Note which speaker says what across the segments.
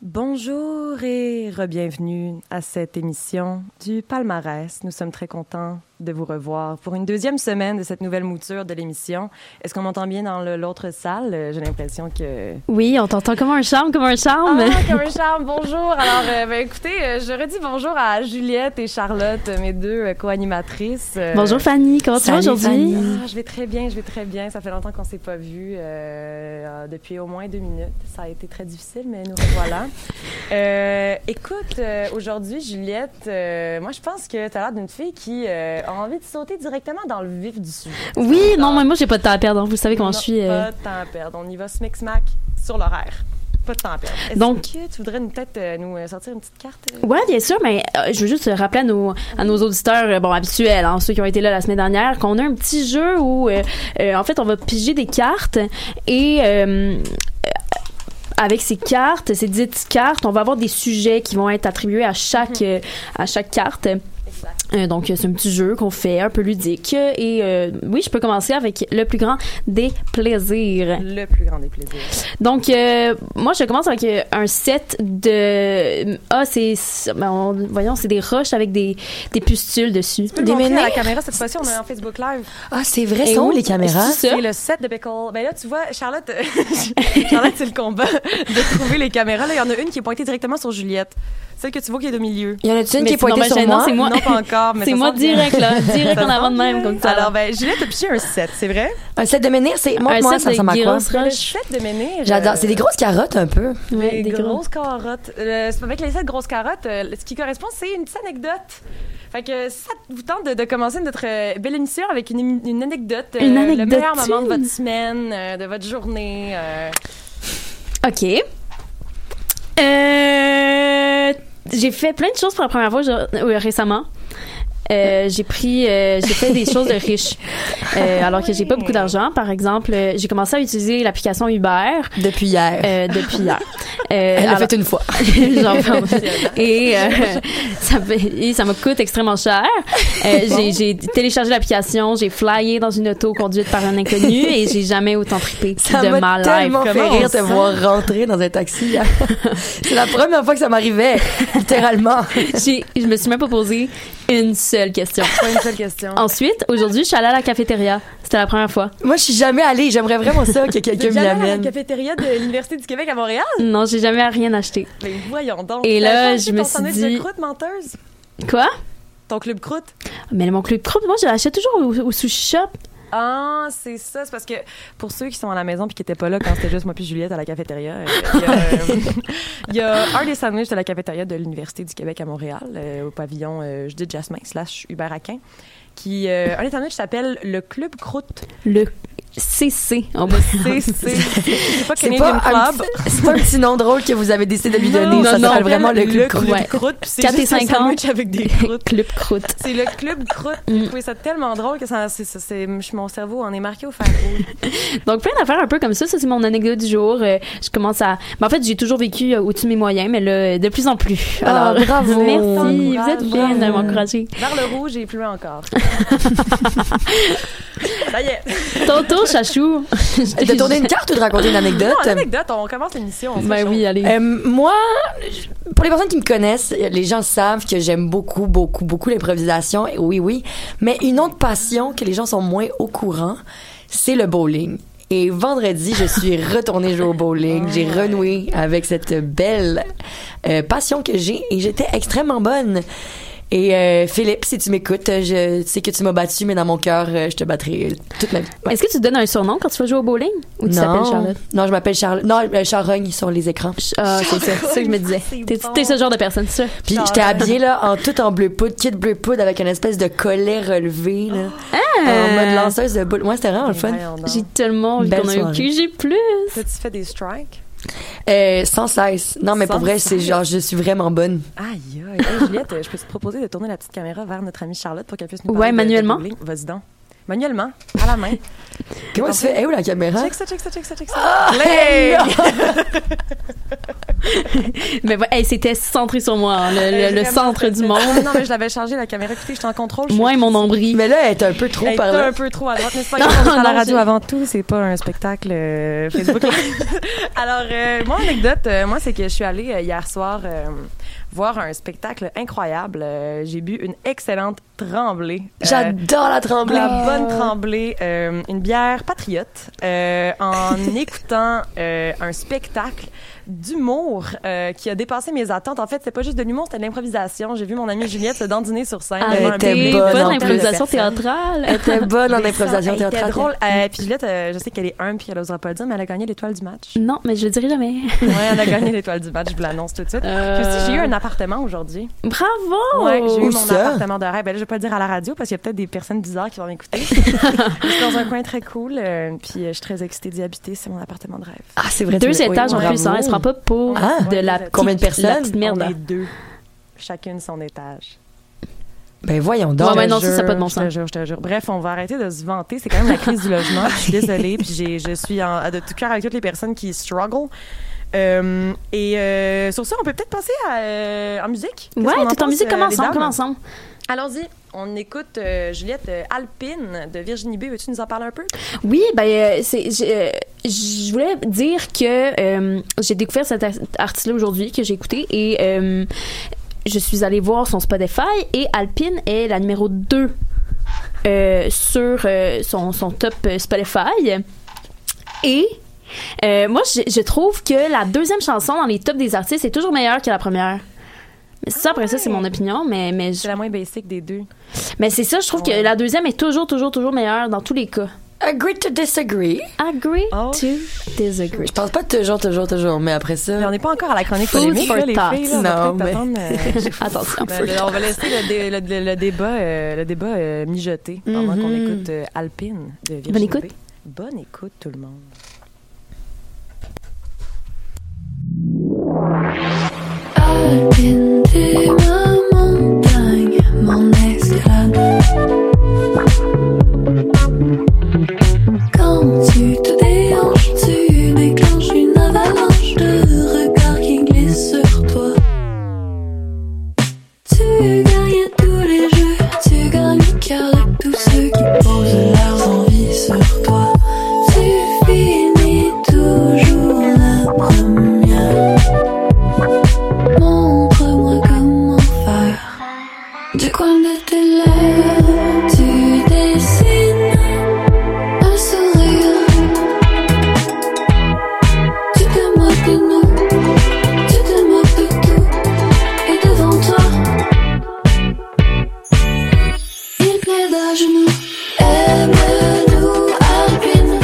Speaker 1: Bonjour et re-bienvenue à cette émission du palmarès. Nous sommes très contents de vous revoir pour une deuxième semaine de cette nouvelle mouture de l'émission. Est-ce qu'on m'entend bien dans le- l'autre salle? Euh, J'ai l'impression que...
Speaker 2: Oui, on t'entend comme un charme, comme un
Speaker 1: Ah,
Speaker 2: charme.
Speaker 1: comme un charme, bonjour! Alors, euh, ben, écoutez, euh, je redis bonjour à Juliette et Charlotte, euh, mes deux euh, co-animatrices. Euh,
Speaker 2: Bonjour Fanny, comment Oh, tu vas
Speaker 3: Salut,
Speaker 2: aujourd'hui?
Speaker 3: Fanny.
Speaker 1: Ah, je vais très bien, je vais très bien. Ça fait longtemps qu'on s'est pas vu euh, depuis au moins deux minutes. Ça a été très difficile, mais nous revoilà. Euh, écoute, euh, aujourd'hui, Juliette, euh, moi, je pense que tu as l'air d'une fille qui euh, a envie de sauter directement dans le vif du sujet.
Speaker 2: Oui, non,
Speaker 1: Ah.
Speaker 2: mais moi j'ai pas de temps à perdre, hein, vous savez comment
Speaker 1: Non,
Speaker 2: je suis. euh,
Speaker 1: Pas de temps à perdre. On y va smic smack sur l'horaire. Pas de temps à perdre. Est-ce
Speaker 2: Donc-
Speaker 1: que tu voudrais nous- peut-être euh, nous euh, sortir une petite carte? euh?
Speaker 2: Ouais, bien sûr, mais euh, je veux juste rappeler à nos, à nos auditeurs, euh, bon, habituels, hein, ceux qui ont été là la semaine dernière, qu'on a un petit jeu où, euh, euh, en fait, on va piger des cartes et. euh, euh, avec ces cartes, ces dites cartes, on va avoir des sujets qui vont être attribués à chaque, euh, à chaque carte. Euh, donc, c'est un petit jeu qu'on fait, un peu ludique. Et euh, oui, je peux commencer avec le plus grand des plaisirs.
Speaker 1: Le plus grand des plaisirs.
Speaker 2: Donc, euh, moi, je commence avec euh, un set de. Ah, c'est. c'est- ben, on- voyons, c'est des roches avec des, des pustules dessus.
Speaker 1: Tu peux le montrer
Speaker 3: ménés?
Speaker 1: à la caméra cette fois-ci, on est en Facebook Live.
Speaker 3: Ah, c'est vrai,
Speaker 2: Et
Speaker 3: sont
Speaker 2: où?
Speaker 3: où les caméras?
Speaker 2: C'est ça?
Speaker 1: C'est le set de Pickle. Ben là, tu vois, Charlotte, Charlotte, c'est le combat de trouver les caméras. Là, il y en a une qui est pointée directement sur Juliette. Celle que tu vois qui est au milieu.
Speaker 3: Il y en a-tu une
Speaker 2: Mais
Speaker 3: qui est
Speaker 2: sinon,
Speaker 3: pointée
Speaker 2: ben,
Speaker 3: sur
Speaker 2: gênant,
Speaker 3: moi?
Speaker 2: c'est moi.
Speaker 1: Non, pas encore, mais
Speaker 2: C'est
Speaker 1: ça
Speaker 2: moi
Speaker 1: sent bien.
Speaker 2: direct, là. Direct
Speaker 1: Ça
Speaker 2: en avant
Speaker 1: sent
Speaker 2: de même,
Speaker 1: bien.
Speaker 2: comme ça.
Speaker 1: Alors, ben, Juliette a piché un set, c'est vrai?
Speaker 3: Un set de menhir, c'est.
Speaker 2: un
Speaker 3: Montre-moi,
Speaker 2: set
Speaker 3: ça
Speaker 2: de
Speaker 3: ressemble à quoi?
Speaker 2: grosses
Speaker 1: Le
Speaker 2: roches.
Speaker 1: set de Ménir.
Speaker 3: J'adore.
Speaker 1: euh,
Speaker 3: C'est des grosses carottes un peu.
Speaker 2: Ouais,
Speaker 1: des,
Speaker 2: des gros-
Speaker 1: grosses carottes. Euh, c'est avec les sept grosses carottes, euh, ce qui correspond, c'est une petite anecdote. Fait que si ça vous tente de, de commencer notre euh, belle émission avec une, émi- une anecdote. euh,
Speaker 2: Une
Speaker 1: Le
Speaker 2: anecdotine.
Speaker 1: meilleur moment de votre semaine, euh, de votre journée. euh.
Speaker 2: OK. Euh, j'ai fait plein de choses pour la première fois genre, euh, récemment. Euh, j'ai pris, euh, j'ai fait des choses de riche, Euh, alors que j'ai pas beaucoup d'argent. Par exemple, euh, j'ai commencé à utiliser l'application Uber
Speaker 3: Depuis hier.
Speaker 2: euh, depuis hier. Euh,
Speaker 3: Elle l'a
Speaker 2: alors-
Speaker 3: fait une fois.
Speaker 2: Genre, vraiment. et euh, ça fait- et ça me coûte extrêmement cher. Euh, j'ai- J'ai téléchargé l'application, j'ai flyé dans une auto conduite par un inconnu et j'ai jamais autant trippé
Speaker 3: Ça
Speaker 2: de ma
Speaker 3: m'a
Speaker 2: life.
Speaker 3: tellement fait
Speaker 2: Comment on
Speaker 3: rire de
Speaker 2: sent?
Speaker 3: voir rentrer dans un taxi. hier. c'est la première fois que ça m'arrivait, littéralement.
Speaker 2: J'ai- Je me suis même pas posé une seule question.
Speaker 1: Pas une seule question.
Speaker 2: Ensuite, aujourd'hui, je suis allée à la cafétéria. C'était la première fois.
Speaker 3: Moi, je suis jamais allée. J'aimerais vraiment ça que
Speaker 1: Vous
Speaker 3: quelqu'un
Speaker 1: êtes
Speaker 3: m'y
Speaker 1: jamais allé à la
Speaker 3: amène.
Speaker 1: cafétéria de l'Université du Québec à Montréal?
Speaker 2: Non, j'ai jamais rien acheté.
Speaker 1: Ben voyons donc.
Speaker 2: Et
Speaker 1: T'as
Speaker 2: là,
Speaker 1: changé
Speaker 2: je me
Speaker 1: ton
Speaker 2: suis
Speaker 1: sandwich
Speaker 2: dit-
Speaker 1: de croûte menteuse?
Speaker 2: Quoi?
Speaker 1: Ton club croûte?
Speaker 2: Mais mon club propre, moi, je l'achète toujours au, au sushi shop.
Speaker 1: Ah, c'est ça. C'est parce que pour ceux qui sont à la maison puis qui n'étaient pas là quand c'était juste moi puis Juliette à la cafétéria, euh, il y a, euh, il y, a un des sandwichs de la cafétéria de l'Université du Québec à Montréal, euh, au pavillon, euh, je dis Jasmin slash Hubert Aquin, qui, euh, un des sandwichs s'appelle le Club Croûte.
Speaker 2: Le CC. On va-
Speaker 1: C'est c'est- c'est pas
Speaker 3: C'est
Speaker 1: Canadian
Speaker 3: pas, un
Speaker 1: Club.
Speaker 3: petit- c'est pas un petit nom drôle que vous avez décidé de lui donner.
Speaker 2: Non,
Speaker 3: ça
Speaker 2: non,
Speaker 3: s'appelle
Speaker 2: on
Speaker 3: vraiment le club.
Speaker 2: Croûte. Ouais.
Speaker 1: croûte, puis c'est
Speaker 2: 4 et
Speaker 1: juste un
Speaker 2: 50.
Speaker 1: sandwich avec des croûtes.
Speaker 2: Club croûte.
Speaker 1: C'est le club croûte. J'ai trouvé ça tellement drôle que ça, c'est, ça- c'est- je- mon cerveau en est marqué au fer rouge.
Speaker 2: Donc, plein d'affaires un peu comme ça. Ça, c'est mon anecdote du jour. Euh, je commence à. Mais en fait, j'ai toujours vécu euh, au-dessus de mes moyens, mais là, de plus en plus.
Speaker 3: Ah,
Speaker 2: Alors,
Speaker 3: bravo.
Speaker 2: merci. Vous
Speaker 1: Bravo.
Speaker 2: êtes bien de m'encourager.
Speaker 1: Vers le rouge et plus encore. ça y est.
Speaker 2: Ton tour, Chachou.
Speaker 3: De tourner une carte ou de raconter une anecdote?
Speaker 1: Non, anecdote, on commence l'émission. on se
Speaker 2: Ben
Speaker 1: réchauffe.
Speaker 2: oui, allez.
Speaker 3: Euh, moi, je- pour les personnes qui me connaissent, les gens savent que j'aime beaucoup, beaucoup, beaucoup l'improvisation. Et Oui, oui. Mais une autre passion que les gens sont moins au courant, c'est le bowling. Et vendredi, je suis retournée jouer au bowling. J'ai renoué avec cette belle euh, passion que j'ai et j'étais extrêmement bonne. Et euh, Philippe, si tu m'écoutes, je sais que tu m'as battu, mais dans mon cœur, euh, je te battrai toute ma vie. Ouais.
Speaker 2: Est-ce que tu te donnes un surnom quand tu vas jouer au bowling? Ou tu
Speaker 3: Non.
Speaker 2: t'appelles Charlotte?
Speaker 3: Non, je m'appelle Charlotte. Non, euh, Charogne sur les écrans.
Speaker 2: Ch- Ah, c'est ça. C'est ça que je me disais.
Speaker 1: C'est
Speaker 2: T'es
Speaker 1: bon.
Speaker 2: t'es ce genre de personne, c'est ça?
Speaker 3: Puis j'étais habillée là en tout en bleu poudre, kit bleu poudre avec une espèce de collet relevé là, en mode lanceuse de boules. Moi, c'était vraiment le fun.
Speaker 1: Ah! Voyons donc.
Speaker 2: J'ai tellement envie
Speaker 3: Belle
Speaker 2: qu'on ait un
Speaker 3: soirée.
Speaker 2: QG plus.
Speaker 1: T'as-tu fait des strikes?
Speaker 3: Euh, sans cesse. Non, mais
Speaker 1: Sans
Speaker 3: pour vrai, c'est
Speaker 1: cesse.
Speaker 3: genre je suis vraiment bonne.
Speaker 1: Aïe, aïe. Hey, Juliette, euh, je peux te proposer de tourner la petite caméra vers notre amie Charlotte pour qu'elle puisse nous parler
Speaker 2: Ouais,
Speaker 1: de- de
Speaker 2: manuellement.
Speaker 1: bowling. Vas-y donc. Manuellement, à la main.
Speaker 3: Comment tu fais? Eh où la
Speaker 2: Ah.
Speaker 3: caméra?
Speaker 1: Check ça, check ça, check ça, check ça. Play!
Speaker 2: Mais ouais, hey, c'était centré sur moi, hein, le,
Speaker 1: Hey,
Speaker 2: le-
Speaker 1: j'ai
Speaker 2: le
Speaker 1: vraiment
Speaker 2: centre
Speaker 1: fait
Speaker 2: du
Speaker 1: ça.
Speaker 2: monde.
Speaker 1: Non, mais je l'avais chargé la caméra. Écoutez, je suis en contrôle. je
Speaker 2: Moi
Speaker 1: suis-
Speaker 2: et mon nombril.
Speaker 3: Mais là, elle est un peu trop
Speaker 1: Elle
Speaker 3: par
Speaker 1: était
Speaker 3: là.
Speaker 1: un peu trop à droite, mais c'est pas
Speaker 2: Non,
Speaker 1: grave, on est à la
Speaker 2: non,
Speaker 1: radio
Speaker 2: j'ai-
Speaker 1: avant tout, c'est pas un spectacle euh, Facebook. Alors, euh, moi, anecdote, euh, moi, c'est que je suis allée euh, hier soir euh, voir un spectacle incroyable. Euh, J'ai bu une excellente tremblée. Euh,
Speaker 3: J'adore la tremblée.
Speaker 1: la bonne tremblée, euh, une bière patriote, euh, en écoutant euh, un spectacle d'humour euh, qui a dépassé mes attentes. En fait, c'est pas juste de l'humour, c'était de l'improvisation. J'ai vu mon amie Juliette se dandiner sur scène.
Speaker 2: Ah,
Speaker 3: Elle
Speaker 1: devant un
Speaker 3: était
Speaker 2: t'es
Speaker 1: public
Speaker 3: bonne
Speaker 1: de
Speaker 2: bonne
Speaker 3: en
Speaker 1: centaines de
Speaker 2: improvisation
Speaker 1: personnes.
Speaker 2: théâtrale.
Speaker 3: Elle était bonne en
Speaker 1: Des
Speaker 3: improvisation
Speaker 1: cents. Elle était
Speaker 3: théâtrale.
Speaker 1: drôle. Euh, puis Juliette, euh, je sais qu'elle est un, puis elle osera pas le dire, mais elle a gagné l'étoile du match.
Speaker 2: Non, mais je le dirai jamais.
Speaker 1: ouais, elle a gagné l'étoile du match, je vous l'annonce tout de suite. Puis aussi, j'ai eu un appartement aujourd'hui.
Speaker 2: Bravo!
Speaker 1: Ouais, j'ai eu
Speaker 3: Euh. Oh, Où
Speaker 1: mon
Speaker 3: ça?
Speaker 1: appartement de rêve. Ben là, je vais pas le dire à la radio parce qu'il y a peut-être des personnes bizarres qui vont m'écouter. je suis dans un coin très cool, euh, puis euh, je suis très excitée d'y habiter. C'est mon appartement de rêve.
Speaker 3: Ah, c'est vrai. tu
Speaker 2: Deux
Speaker 3: l'as- oui,
Speaker 2: étages en
Speaker 3: bravo.
Speaker 2: plus, hein, elle se prend pas pour
Speaker 3: Ah,
Speaker 2: de la
Speaker 1: ouais,
Speaker 3: combien de
Speaker 2: petite- la
Speaker 3: personnes?
Speaker 2: petite merde.
Speaker 1: On est deux, chacune son étage.
Speaker 3: Ben voyons donc.
Speaker 2: Ouais, ouais,
Speaker 1: Je
Speaker 2: non,
Speaker 1: te
Speaker 2: ça, ça a pas de bon
Speaker 1: jure,
Speaker 2: sens.
Speaker 1: Je te jure, je te jure. Bref, on va arrêter de se vanter. C'est quand même la crise du logement. Je suis désolée. Puis j'ai- je suis en- de tout cœur avec toutes les personnes qui struggle. Euh, et euh, sur ça, on peut peut-être passer à, euh, en musique. Qu'est-ce qu'on
Speaker 2: Ouais, tout en
Speaker 1: pense,
Speaker 2: musique, hein,
Speaker 1: euh,
Speaker 2: comment
Speaker 1: les
Speaker 2: ensemble,
Speaker 1: dames?
Speaker 2: comment ensemble.
Speaker 1: Allons-y. On écoute euh, Juliette euh, Alpine de Virginie B. Veux-tu nous en parler un peu?
Speaker 2: Oui, ben euh, c'est je, euh, je voulais dire que euh, j'ai découvert cet ar- artiste-là aujourd'hui que j'ai écouté et euh, je suis allée voir son Spotify et Alpine est la numéro 2 euh, sur euh, son, son top euh, Spotify. Et euh, moi, je, je trouve que la deuxième chanson dans les tops des artistes est toujours meilleure que la première. Mais ça, après ça, c'est mon opinion, mais, mais, je-
Speaker 1: C'est la moins basic des deux.
Speaker 2: mais c'est ça, je trouve que la deuxième est toujours, toujours, toujours meilleure dans tous les cas.
Speaker 3: Agree to disagree.
Speaker 2: Agree
Speaker 1: Oh.
Speaker 2: to disagree.
Speaker 3: Je pense pas toujours, toujours, toujours, mais après
Speaker 1: Mais on
Speaker 3: ça.
Speaker 1: n'est pas encore à la chronique
Speaker 2: Food
Speaker 1: polémique,
Speaker 2: for
Speaker 1: là, les
Speaker 2: thought.
Speaker 1: filles. là. On va
Speaker 3: Non,
Speaker 1: peut-être
Speaker 3: mais-
Speaker 1: attendre, euh,
Speaker 2: Attention.
Speaker 1: ben, le- on va laisser le, dé- le- le- le débat, euh, le débat euh, mijoter pendant qu'on écoute euh, Alpine de Virginie
Speaker 2: Mhm. Bonne écoute.
Speaker 1: B. Bonne écoute, tout le monde.
Speaker 4: Alpine, t'es ma montagne, mon esclave. Quand tu te déhanches, tu déclenches une avalanche de regards qui glissent sur toi. Tu gagnes à tous les jeux, tu gagnes le cœur de tous ceux qui posent leurs envies sur toi. Tu finis toujours la première. Montre-moi comment faire. Du coin de tes lèvres, tu dessines un sourire. Tu te moques de nous, tu te moques de tout. Et devant toi, il plaide à genoux. Aime-nous, Alpine.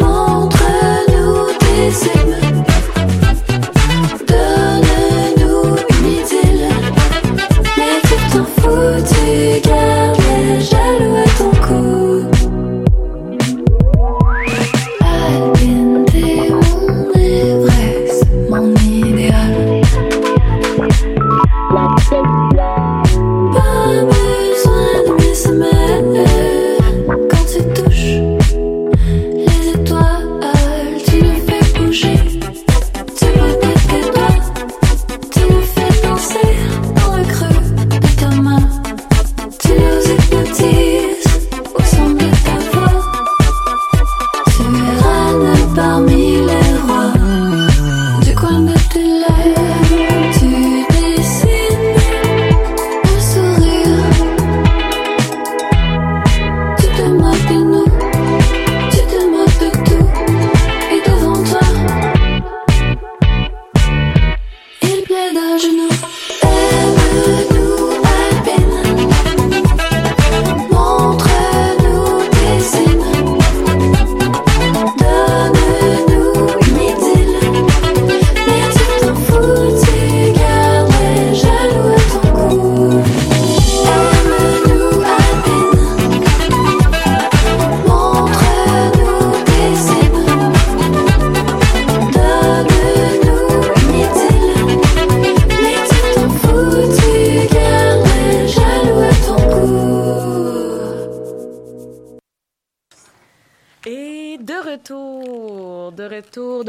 Speaker 4: Montre-nous tes aimes. Donne-nous une idylle Mais tu t'en fous, tu gardes les jaloux à ton cou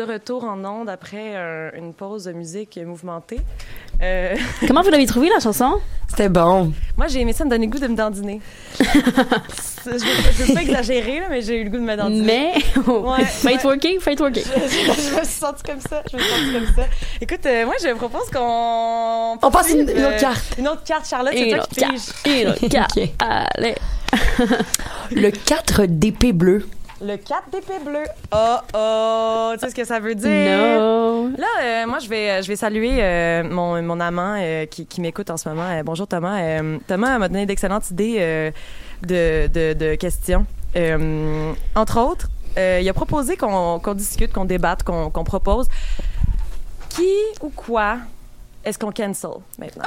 Speaker 1: retour en onde après un- une pause de musique mouvementée. Euh,
Speaker 2: Comment vous l'avez trouvé la chanson?
Speaker 3: C'était bon.
Speaker 1: moi, j'ai aimé ça me donner le goût de me dandiner. je, veux, je veux pas exagérer, là, mais j'ai eu le goût de me dandiner.
Speaker 2: Mais, oh,
Speaker 1: Ouais,
Speaker 2: fight
Speaker 1: ouais.
Speaker 2: working, fight working.
Speaker 1: je me suis sentie comme ça. Je me suis sentie comme ça. Écoute, euh, moi, je propose qu'on.
Speaker 3: On passe une- une
Speaker 1: euh,
Speaker 3: autre carte.
Speaker 1: Une autre carte, Charlotte.
Speaker 2: Et
Speaker 1: C'est
Speaker 2: une
Speaker 1: toi
Speaker 2: autre
Speaker 1: qui pige.
Speaker 2: Et le cas.
Speaker 3: Ok.
Speaker 2: Allez.
Speaker 3: Le 4 d'épée bleue.
Speaker 1: Le 4 d'épée bleue. Oh, oh. Tu sais ce que ça veut dire?
Speaker 2: No.
Speaker 1: Là, euh, moi, je vais, je vais saluer euh, mon, mon amant euh, qui, qui m'écoute en ce moment. Euh, bonjour, Thomas. Euh, Thomas m'a donné d'excellentes idées euh, de, de, de questions. Euh, entre autres, euh, il a proposé qu'on qu'on discute, qu'on débatte, qu'on qu'on propose. Qui ou quoi est-ce qu'on cancel maintenant?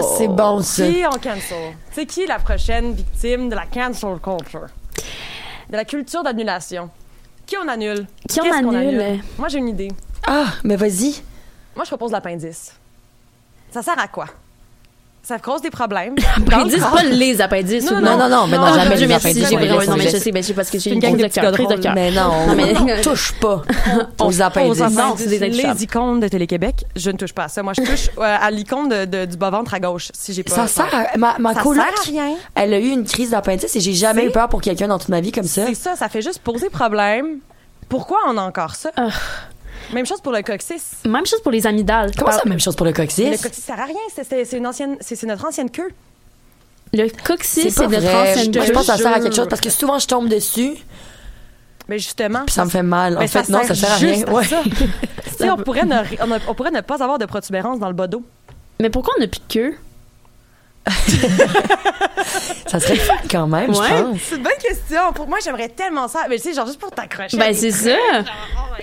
Speaker 3: Oh, c'est bon ça.
Speaker 1: Qui on cancel? C'est qui la prochaine victime de la cancel culture? De la culture d'annulation? Qui on annule?
Speaker 2: Qui on
Speaker 1: Qu'est-ce qu'on
Speaker 2: annule?
Speaker 1: Moi, j'ai une idée.
Speaker 3: Ah, mais vas-y.
Speaker 1: Moi, je propose l'appendice. Ça sert à quoi? Ça cause des problèmes. Dans le
Speaker 2: Appendices, pas
Speaker 1: corps.
Speaker 2: les appendices.
Speaker 1: Non,
Speaker 2: tout le
Speaker 1: non,
Speaker 2: monde.
Speaker 3: non, non, mais non,
Speaker 2: Ah,
Speaker 3: jamais
Speaker 2: mon Dieu,
Speaker 3: les
Speaker 2: merci,
Speaker 3: appendices,
Speaker 2: j'ai
Speaker 3: on les
Speaker 2: vraiment non, mais je
Speaker 3: laisse.
Speaker 2: sais, ben, je sais parce que j'ai
Speaker 1: une
Speaker 2: une
Speaker 1: gang
Speaker 2: grosse
Speaker 1: de petits
Speaker 2: docteur,
Speaker 1: gros
Speaker 2: grosse docteur.
Speaker 3: Mais non,
Speaker 2: Non, mais-
Speaker 3: on touche pas aux
Speaker 1: Aux
Speaker 3: appendices.
Speaker 2: Non,
Speaker 1: appendices,
Speaker 2: c'est des intouchables.
Speaker 1: les icônes de Télé-Québec, je ne touche pas à ça. Moi, je touche euh, à l'icône de- de- du bas-ventre à gauche, si j'ai pas...
Speaker 3: Ça sert à... Ma, ma
Speaker 1: Ça
Speaker 3: coloc,
Speaker 1: sert à rien.
Speaker 3: elle a eu une crise d'appendice et j'ai jamais
Speaker 1: C'est-
Speaker 3: eu peur pour quelqu'un dans toute ma vie comme ça.
Speaker 1: C'est ça, ça fait juste poser problème. Pourquoi on a encore ça?
Speaker 2: Ah.
Speaker 1: Même chose pour le coccyx.
Speaker 2: Même chose pour les amygdales.
Speaker 3: Comment ça, même chose pour le
Speaker 1: Le
Speaker 3: coccyx?
Speaker 1: coccyx sert à rien, c'est- c'est c'est une ancienne- c'est- c'est notre ancienne queue.
Speaker 2: Le coccyx,
Speaker 3: pas
Speaker 2: c'est de
Speaker 3: vrai.
Speaker 2: transgender.
Speaker 3: Moi, je pense que ça sert à quelque
Speaker 1: Jure.
Speaker 3: chose parce que souvent je tombe dessus
Speaker 1: Mais justement...
Speaker 3: puis ça me fait mal. En
Speaker 1: Mais ça
Speaker 3: fait, non, ça sert à rien.
Speaker 1: juste à
Speaker 3: Ouais.
Speaker 1: ça. Tu sais, on, pourrait ne, ri- on ne- on pourrait ne pas avoir de protubérance dans le bas dos.
Speaker 2: Mais pourquoi on n'a plus de queue?
Speaker 3: Ça serait fun quand même,
Speaker 2: Ouais.
Speaker 3: je pense.
Speaker 1: C'est une bonne question. Pour moi, j'aimerais tellement ça. Mais tu sais, genre juste pour t'accrocher. Oh
Speaker 2: Ben, c'est ça.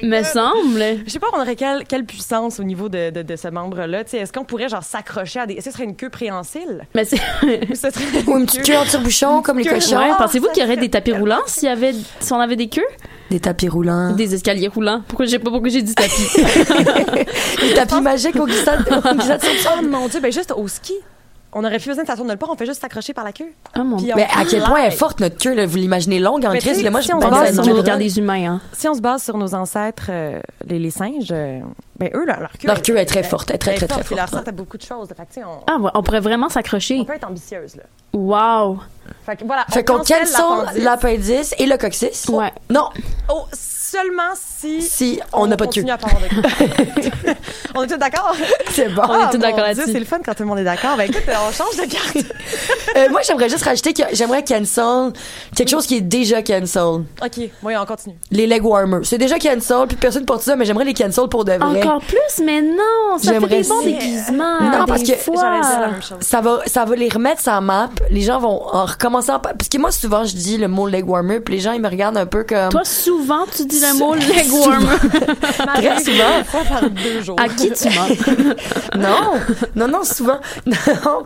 Speaker 2: Me semble.
Speaker 1: Je sais pas, on aurait quelle, quelle puissance au niveau de, de, de ce membre-là. Tu sais, est-ce qu'on pourrait genre s'accrocher à des. Est-ce que ce serait une queue préhensile?
Speaker 2: Mais c'est.
Speaker 1: Ou ce serait une
Speaker 3: Ou une petite queue en tire-bouchon comme les
Speaker 1: queue-
Speaker 3: cochons.
Speaker 2: Ouais,
Speaker 1: Ah,
Speaker 2: pensez-vous
Speaker 1: ça
Speaker 2: qu'il y aurait
Speaker 1: serait
Speaker 2: des tapis roulants s'il y avait, si on avait des queues?
Speaker 3: Des tapis roulants.
Speaker 2: Des escaliers roulants. Pourquoi j'ai pas pourquoi j'ai dit tapis?
Speaker 3: Des tapis magiques au glissade. au glissade sur le sol.
Speaker 1: Oh mon dieu, ben juste au ski. On aurait plus besoin de s'asseoir nulle part, on fait juste s'accrocher par la queue.
Speaker 2: Oh mon
Speaker 1: Puis
Speaker 2: dieu.
Speaker 1: on-
Speaker 3: Mais à quel point elle est forte, notre queue, là, vous l'imaginez longue en
Speaker 1: Mais tu
Speaker 3: crise.
Speaker 1: sais,
Speaker 3: là, Moi,
Speaker 1: si
Speaker 3: je
Speaker 1: on
Speaker 3: ben,
Speaker 2: Ben,
Speaker 1: base
Speaker 3: ça,
Speaker 2: c'est
Speaker 1: sur
Speaker 3: je-
Speaker 2: le
Speaker 1: le-
Speaker 2: regard des humains, hein.
Speaker 1: Si on se base sur nos ancêtres, euh, les, les singes, euh, ben eux, leur, leur queue.
Speaker 3: Leur queue est très forte, elle est très,
Speaker 1: elle est
Speaker 3: très, très
Speaker 1: forte, puis leur
Speaker 3: forte.
Speaker 1: sorte à beaucoup de choses. Fait que, tu sais, on,
Speaker 2: Ah, ouais, on pourrait vraiment
Speaker 1: on
Speaker 2: s'accrocher.
Speaker 1: peut être ambitieuse, là.
Speaker 2: Wow.
Speaker 1: Fait que voilà.
Speaker 3: Fait
Speaker 1: on
Speaker 3: qu'on
Speaker 1: cancelle
Speaker 3: cancel
Speaker 1: l'appendice.
Speaker 3: l'appendice et le coccyx.
Speaker 2: Ouais.
Speaker 3: Non,
Speaker 1: Oh, seulement si.
Speaker 3: si on n'a pas de queue.
Speaker 1: continue à pas avoir de queue. on est tous d'accord?
Speaker 3: C'est bon.
Speaker 2: On est
Speaker 1: Ah,
Speaker 2: tous
Speaker 1: mon
Speaker 2: d'accord
Speaker 1: Dieu,
Speaker 2: là-dessus.
Speaker 1: C'est le fun quand tout le monde est d'accord. Ben écoute, on change de carte.
Speaker 3: Euh, moi, j'aimerais juste rajouter que j'aimerais cancel quelque chose qui est déjà cancel.
Speaker 1: OK, oui, on continue.
Speaker 3: Les leg warmers. C'est déjà cancel, puis personne porte ça, mais j'aimerais les cancel pour de vrai.
Speaker 2: Encore plus, mais non, ça fait
Speaker 3: J'aimerais
Speaker 2: des bons
Speaker 3: si-
Speaker 2: déguisements.
Speaker 3: Non, parce
Speaker 2: des
Speaker 3: que
Speaker 2: fois.
Speaker 1: J'allais dire la même chose.
Speaker 3: Ça va, ça va les remettre sa map. Les gens vont en recommencer à... Parce que moi, souvent, je dis le mot leg warmer, puis les gens, ils me regardent un peu comme...
Speaker 2: Toi, souvent, tu dis le mot
Speaker 3: Sou-
Speaker 2: leg warmer.
Speaker 1: Très souvent. Une fois par deux jours.
Speaker 2: À qui tu mens?
Speaker 3: Non, non, non, souvent. Non,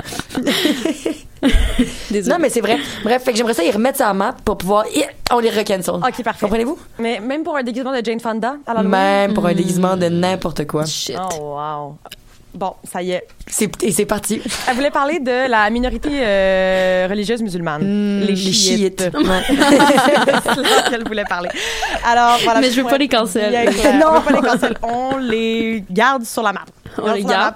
Speaker 2: Désolée.
Speaker 3: non mais c'est vrai. Bref, fait que j'aimerais ça, ils remettent ça à map pour pouvoir. Et on les recancel.
Speaker 1: OK, parfait.
Speaker 3: Comprenez-vous?
Speaker 1: Mais même pour un déguisement de Jane Fonda, alors
Speaker 3: Même pour un déguisement de n'importe quoi.
Speaker 2: Shit.
Speaker 1: Oh, wow. Bon, ça y est.
Speaker 3: C'est, et c'est parti.
Speaker 1: Elle voulait parler de la minorité euh, religieuse musulmane. Hmm, les chiites.
Speaker 3: Ouais.
Speaker 1: C'est là qu'elle voulait parler. Alors, voilà.
Speaker 2: Mais je veux pas les cancel.
Speaker 1: Bien clair.
Speaker 3: Non.
Speaker 1: On veut pas les cancel. On les garde sur la map.
Speaker 2: On les
Speaker 1: Sur la map.
Speaker 2: garde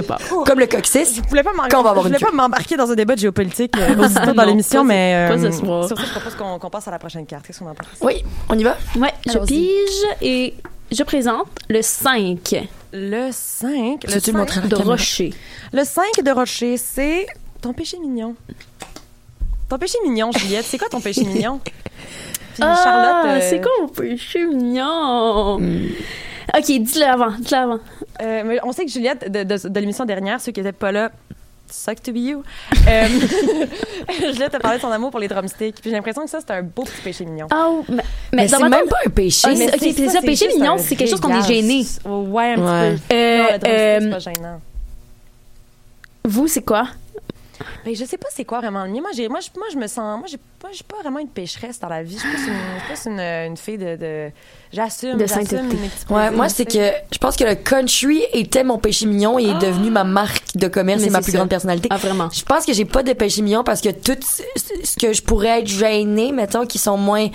Speaker 2: part.
Speaker 3: Comme le coccyx.
Speaker 1: Je voulais pas m'embarquer,
Speaker 3: Quand on va avoir
Speaker 1: je
Speaker 3: une
Speaker 1: voulais pas
Speaker 3: queue.
Speaker 1: m'embarquer dans un débat de géopolitique euh, aussitôt
Speaker 2: Non,
Speaker 1: dans l'émission,
Speaker 2: pas ce-
Speaker 1: mais euh,
Speaker 2: pas ce soir.
Speaker 1: sur ça, je propose qu'on qu'on passe à la prochaine carte. Qu'est-ce qu'on en pense?
Speaker 3: Oui, on y va?
Speaker 2: Ouais, je
Speaker 3: Allons-y.
Speaker 2: pige et je présente le 5
Speaker 1: Le 5.
Speaker 3: Tu veux-tu le montrer à la
Speaker 2: de
Speaker 3: caméra?
Speaker 2: Rocher.
Speaker 1: Le 5 de Rocher, c'est ton péché mignon. Ton péché mignon, Juliette. C'est quoi ton péché mignon? Puis Charlotte.
Speaker 2: Ah,
Speaker 1: euh,
Speaker 2: c'est quoi mon péché mignon?
Speaker 3: Hmm.
Speaker 2: Ok, dis-le avant, dis-le avant.
Speaker 1: euh, mais on sait que Juliette, de, de- de l'émission dernière, ceux qui n'étaient pas là, suck to be you. Euh, Juliette a parlé de son amour pour les drumsticks. Puis j'ai l'impression que ça, c'est un beau petit péché mignon.
Speaker 2: Ah, oh, mais, mais
Speaker 3: Mais
Speaker 2: dans
Speaker 3: c'est
Speaker 2: ma
Speaker 3: même
Speaker 2: tête-
Speaker 3: pas un péché.
Speaker 2: Ah, mais- ok, c'est ça, péché
Speaker 1: juste
Speaker 2: mignon,
Speaker 1: un
Speaker 2: c'est quelque chose qu'on est gêné.
Speaker 1: régal. Ouais, un petit
Speaker 2: Euh,
Speaker 3: Ouais.
Speaker 1: peu. Non, le drumstick, c'est pas gênant.
Speaker 2: Vous, c'est quoi?
Speaker 1: Ben, je sais pas c'est quoi vraiment le mien. Moi, j'ai, moi, je, moi, je me sens. Moi, j'ai pas, j'ai pas vraiment une pécheresse dans la vie. Je suis plus une, je suis plus une, une fille de. de- j'assume.
Speaker 2: De
Speaker 1: j'assume
Speaker 2: sainteté.
Speaker 1: mes petits
Speaker 3: Ouais,
Speaker 1: plaisirs,
Speaker 3: moi,
Speaker 1: tu
Speaker 3: c'est
Speaker 1: sais.
Speaker 3: que je pense que le country était mon péché mignon et est devenu ma marque de commerce
Speaker 2: Mais
Speaker 3: et ma
Speaker 2: c'est
Speaker 3: plus
Speaker 2: ça.
Speaker 3: grande personnalité.
Speaker 2: Ah, vraiment?
Speaker 3: Je pense que j'ai pas de péché mignon parce que tout ce ce que je pourrais être gênée, mettons, qui sont moins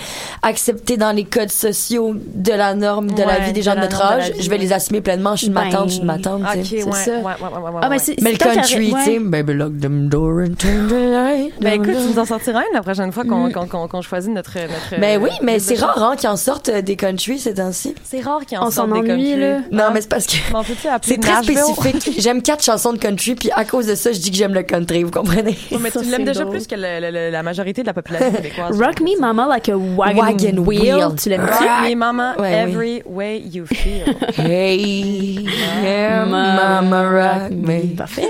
Speaker 3: acceptés dans les codes sociaux de la norme de la
Speaker 1: Ouais,
Speaker 3: vie des gens de
Speaker 1: de la
Speaker 3: notre
Speaker 1: norme de la
Speaker 3: âge,
Speaker 1: vie.
Speaker 3: je vais les assumer pleinement. Je suis une ma
Speaker 2: Ben,
Speaker 3: tante, je suis une ma tante, tu
Speaker 1: Ok,
Speaker 3: sais.
Speaker 1: ouais,
Speaker 2: ça.
Speaker 1: ouais, ouais, ouais, ouais, ouais,
Speaker 2: Ah, ben,
Speaker 1: ouais.
Speaker 2: c'est.
Speaker 3: Mais
Speaker 2: c'est
Speaker 3: le
Speaker 2: toi qui
Speaker 3: country,
Speaker 2: arrête-
Speaker 3: tu sais,
Speaker 2: ouais.
Speaker 3: baby lock them door and turn the light
Speaker 1: Ben
Speaker 3: down
Speaker 1: écoute,
Speaker 2: Mm.
Speaker 3: low.
Speaker 1: tu nous en sortiras une la prochaine fois qu'on qu'on- qu'on- qu'on choisit notre. notre
Speaker 3: Ben oui, mais
Speaker 1: notre-
Speaker 3: c'est rare hein, qu'ils en sortent euh, des country ces temps-ci.
Speaker 1: C'est rare qu'il y en
Speaker 2: On
Speaker 1: sorte
Speaker 2: s'en
Speaker 1: des Ah,
Speaker 2: ennuie,
Speaker 1: country.
Speaker 2: là.
Speaker 3: Non, mais c'est parce que
Speaker 1: Mais on peut-tu appeler
Speaker 3: c'est très
Speaker 1: Nashville?
Speaker 3: spécifique. J'aime quatre chansons de country, puis à cause de ça, je dis que j'aime le country, vous comprenez?
Speaker 1: Ouais, mais
Speaker 2: Ça,
Speaker 1: tu l'aimes
Speaker 2: c'est
Speaker 1: déjà
Speaker 2: drôle.
Speaker 1: plus que le- le- le- la majorité de la population québécoise.
Speaker 2: Rock Me Mama Like a Wagon,
Speaker 3: Wagon
Speaker 2: wheel.
Speaker 3: wheel.
Speaker 2: Tu l'aimes
Speaker 1: Rock me, mama,
Speaker 3: Ouais,
Speaker 1: every way you feel.
Speaker 3: Hey, yeah, mama rock me.
Speaker 2: Hmm, Parfait.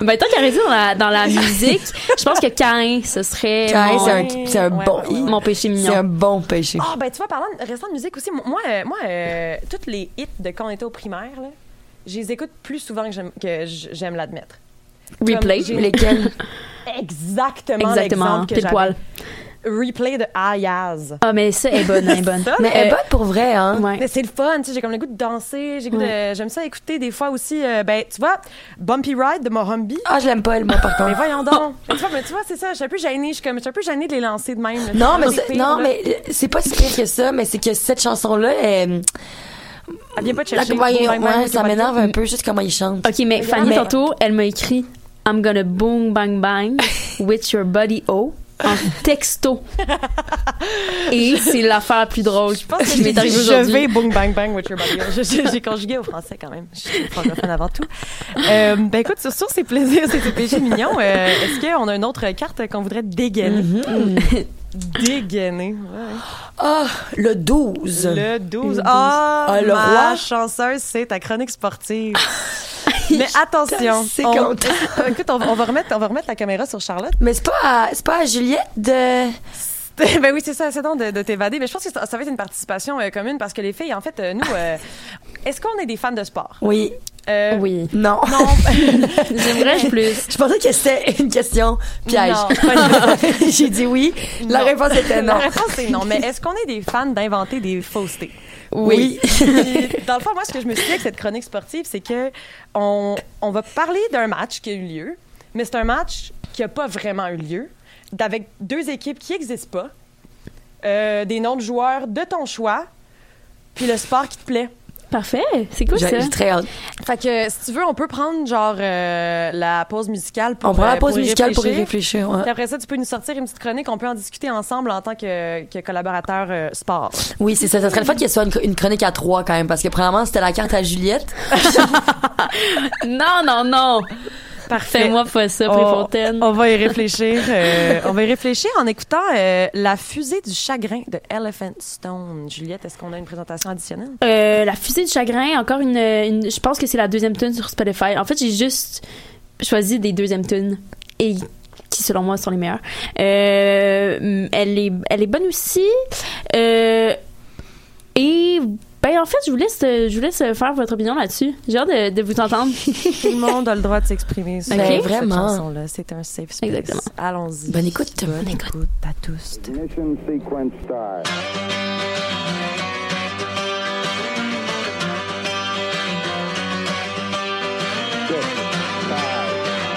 Speaker 2: ben, tant qu'à rester dans la, dans la musique, je pense que Cain, ce serait
Speaker 3: Cain,
Speaker 2: mon,
Speaker 3: c'est un, c'est un
Speaker 1: Ouais,
Speaker 3: bon,
Speaker 1: ouais, ouais,
Speaker 2: mon péché
Speaker 3: c'est
Speaker 2: mignon.
Speaker 3: un bon péché.
Speaker 1: Ah, ben tu vois, parlant de restant de musique aussi, moi, euh, moi euh, toutes les hits de quand on était au primaire, là, je les écoute plus souvent que j'aime- que j- j'aime l'admettre.
Speaker 2: Replay.
Speaker 1: comme j'ai-
Speaker 3: Lesquels?
Speaker 1: Exactement,
Speaker 2: Exactement,
Speaker 1: l'exemple que
Speaker 2: pile poil.
Speaker 1: j'avais. Replay de Ayaz.
Speaker 2: Ah, mais ça est bonne, elle est bonne.
Speaker 1: Ça,
Speaker 3: Mais elle est
Speaker 2: Euh,
Speaker 3: bonne pour vrai, hein?
Speaker 2: Ouais.
Speaker 1: Mais c'est le fun, tu sais, j'ai comme le goût de danser, j'ai le goût de- j'aime ça écouter des fois aussi, euh, ben, tu vois, Bumpy Ride de Mohambi.
Speaker 3: Ah, je l'aime pas, elle, moi, par
Speaker 1: Mais
Speaker 3: contre.
Speaker 1: voyons donc! tu vois, mais tu vois, c'est ça, je suis un peu gênée, je suis comme, je suis un peu gênée de les lancer de même. là.
Speaker 3: Non, mais
Speaker 1: Des
Speaker 3: c'est,
Speaker 1: filles,
Speaker 3: non,
Speaker 1: là.
Speaker 3: mais c'est pas si pire que ça, mais c'est que cette chanson-là, elle,
Speaker 1: Elle vient Ah, pas te
Speaker 3: la-
Speaker 1: chercher.
Speaker 3: ouais,
Speaker 1: Bang, bang,
Speaker 3: ouais,
Speaker 1: bang,
Speaker 3: ça
Speaker 1: bang,
Speaker 3: m'énerve un peu juste comment il chante.
Speaker 2: OK, mais Fanny,
Speaker 3: Mais-
Speaker 2: tantôt, elle m'a écrit I'm gonna boom bang bang with your body oh en texto. Et c'est l'affaire la plus drôle
Speaker 1: Je pense que
Speaker 2: qui m'est
Speaker 1: j'ai dit,
Speaker 2: arrivée
Speaker 1: je vais
Speaker 2: aujourd'hui.
Speaker 1: boom bang bang with your body. Je- je- J'ai conjugué au français quand même. Je suis francophone avant tout. Euh, ben écoute, sur, sur ces plaisirs, ces péchés mignons, euh, est-ce qu'on a une autre carte qu'on voudrait dégainer?
Speaker 3: Mm-hmm.
Speaker 1: Dégainer. ouais.
Speaker 3: Ah, le 12.
Speaker 1: Le 12. Ah,
Speaker 3: Ah, le
Speaker 1: ma
Speaker 3: roi.
Speaker 1: chanceuse, c'est ta chronique sportive. Mais attention.
Speaker 3: C'est
Speaker 1: on-
Speaker 3: content.
Speaker 1: Écoute, on, va- on va remettre, on va remettre la caméra sur Charlotte.
Speaker 3: Mais c'est pas à, c'est pas à Juliette de...
Speaker 1: ben oui, c'est ça, c'est donc de, de t'évader. Mais je pense que ça, ça va être une participation euh, commune parce que les filles, en fait, euh, nous, euh, est-ce qu'on est des fans de sport?
Speaker 3: Oui.
Speaker 1: Euh,
Speaker 2: Oui.
Speaker 3: Non.
Speaker 1: Non,
Speaker 2: J'aimerais plus.
Speaker 3: Je pensais que c'était une question piège.
Speaker 1: Non, pas
Speaker 3: J'ai dit oui. La
Speaker 1: Non.
Speaker 3: réponse était non.
Speaker 1: la réponse est non. Mais est-ce qu'on est des fans d'inventer des faussetés?
Speaker 3: Oui.
Speaker 1: Puis, dans le fond, moi, ce que je me suis dit avec cette chronique sportive, c'est que on, on va parler d'un match qui a eu lieu, mais c'est un match qui n'a pas vraiment eu lieu, avec deux équipes qui n'existent pas, euh, des noms de joueurs de ton choix, puis le sport qui te plaît.
Speaker 2: Parfait. C'est cool,
Speaker 3: J'ai
Speaker 2: ça.
Speaker 3: j'ai très hâte.
Speaker 1: Fait que si tu veux, on peut prendre genre euh, la pause musicale pour
Speaker 3: On prend la
Speaker 1: euh,
Speaker 3: pause
Speaker 1: y
Speaker 3: musicale pour y
Speaker 1: réfléchir.
Speaker 3: réfléchir. ouais.
Speaker 1: Puis après ça, tu peux nous sortir une petite chronique, on peut en discuter ensemble en tant que, que collaborateur euh, sport.
Speaker 3: Oui, c'est ça. Ça serait le fait qu'il soit une, une chronique à trois quand même, parce que premièrement, c'était la carte à Juliette.
Speaker 2: Non, non, non. Fais-moi pas ça, Préfontaine.
Speaker 1: On va y réfléchir. euh, on va y réfléchir en écoutant euh, La fusée du chagrin de Elephant Stone. Juliette, est-ce qu'on a une présentation additionnelle?
Speaker 2: Euh, la fusée de chagrin, encore une, une- je pense que c'est la deuxième tune sur Spotify. En fait, j'ai juste choisi des deuxièmes tunes et qui selon moi sont les meilleures. Euh, elle est, elle est bonne aussi. Euh, et ben en fait, je vous laisse, je vous laisse faire votre opinion là-dessus. J'ai hâte de, de vous entendre.
Speaker 1: Tout le monde a le droit de s'exprimer sur
Speaker 2: Ok.
Speaker 1: cette
Speaker 3: Vraiment.
Speaker 1: chanson-là. C'est un safe space.
Speaker 2: Exactement.
Speaker 1: Allons-y.
Speaker 3: Bonne écoute.
Speaker 1: Bonne écoute à tous.
Speaker 5: Ignition sequence start. Six, five,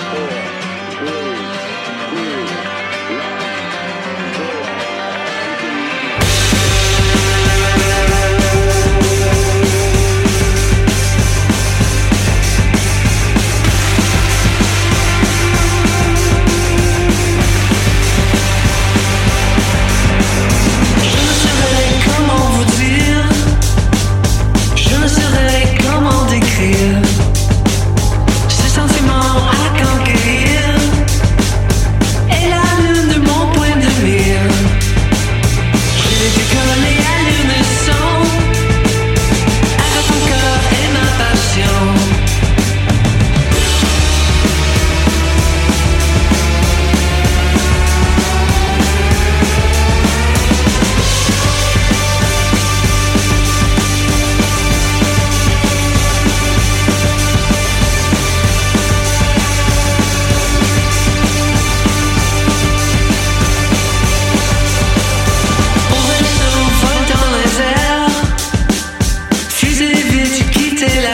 Speaker 5: four, three, two, one, zero.
Speaker 6: Come on,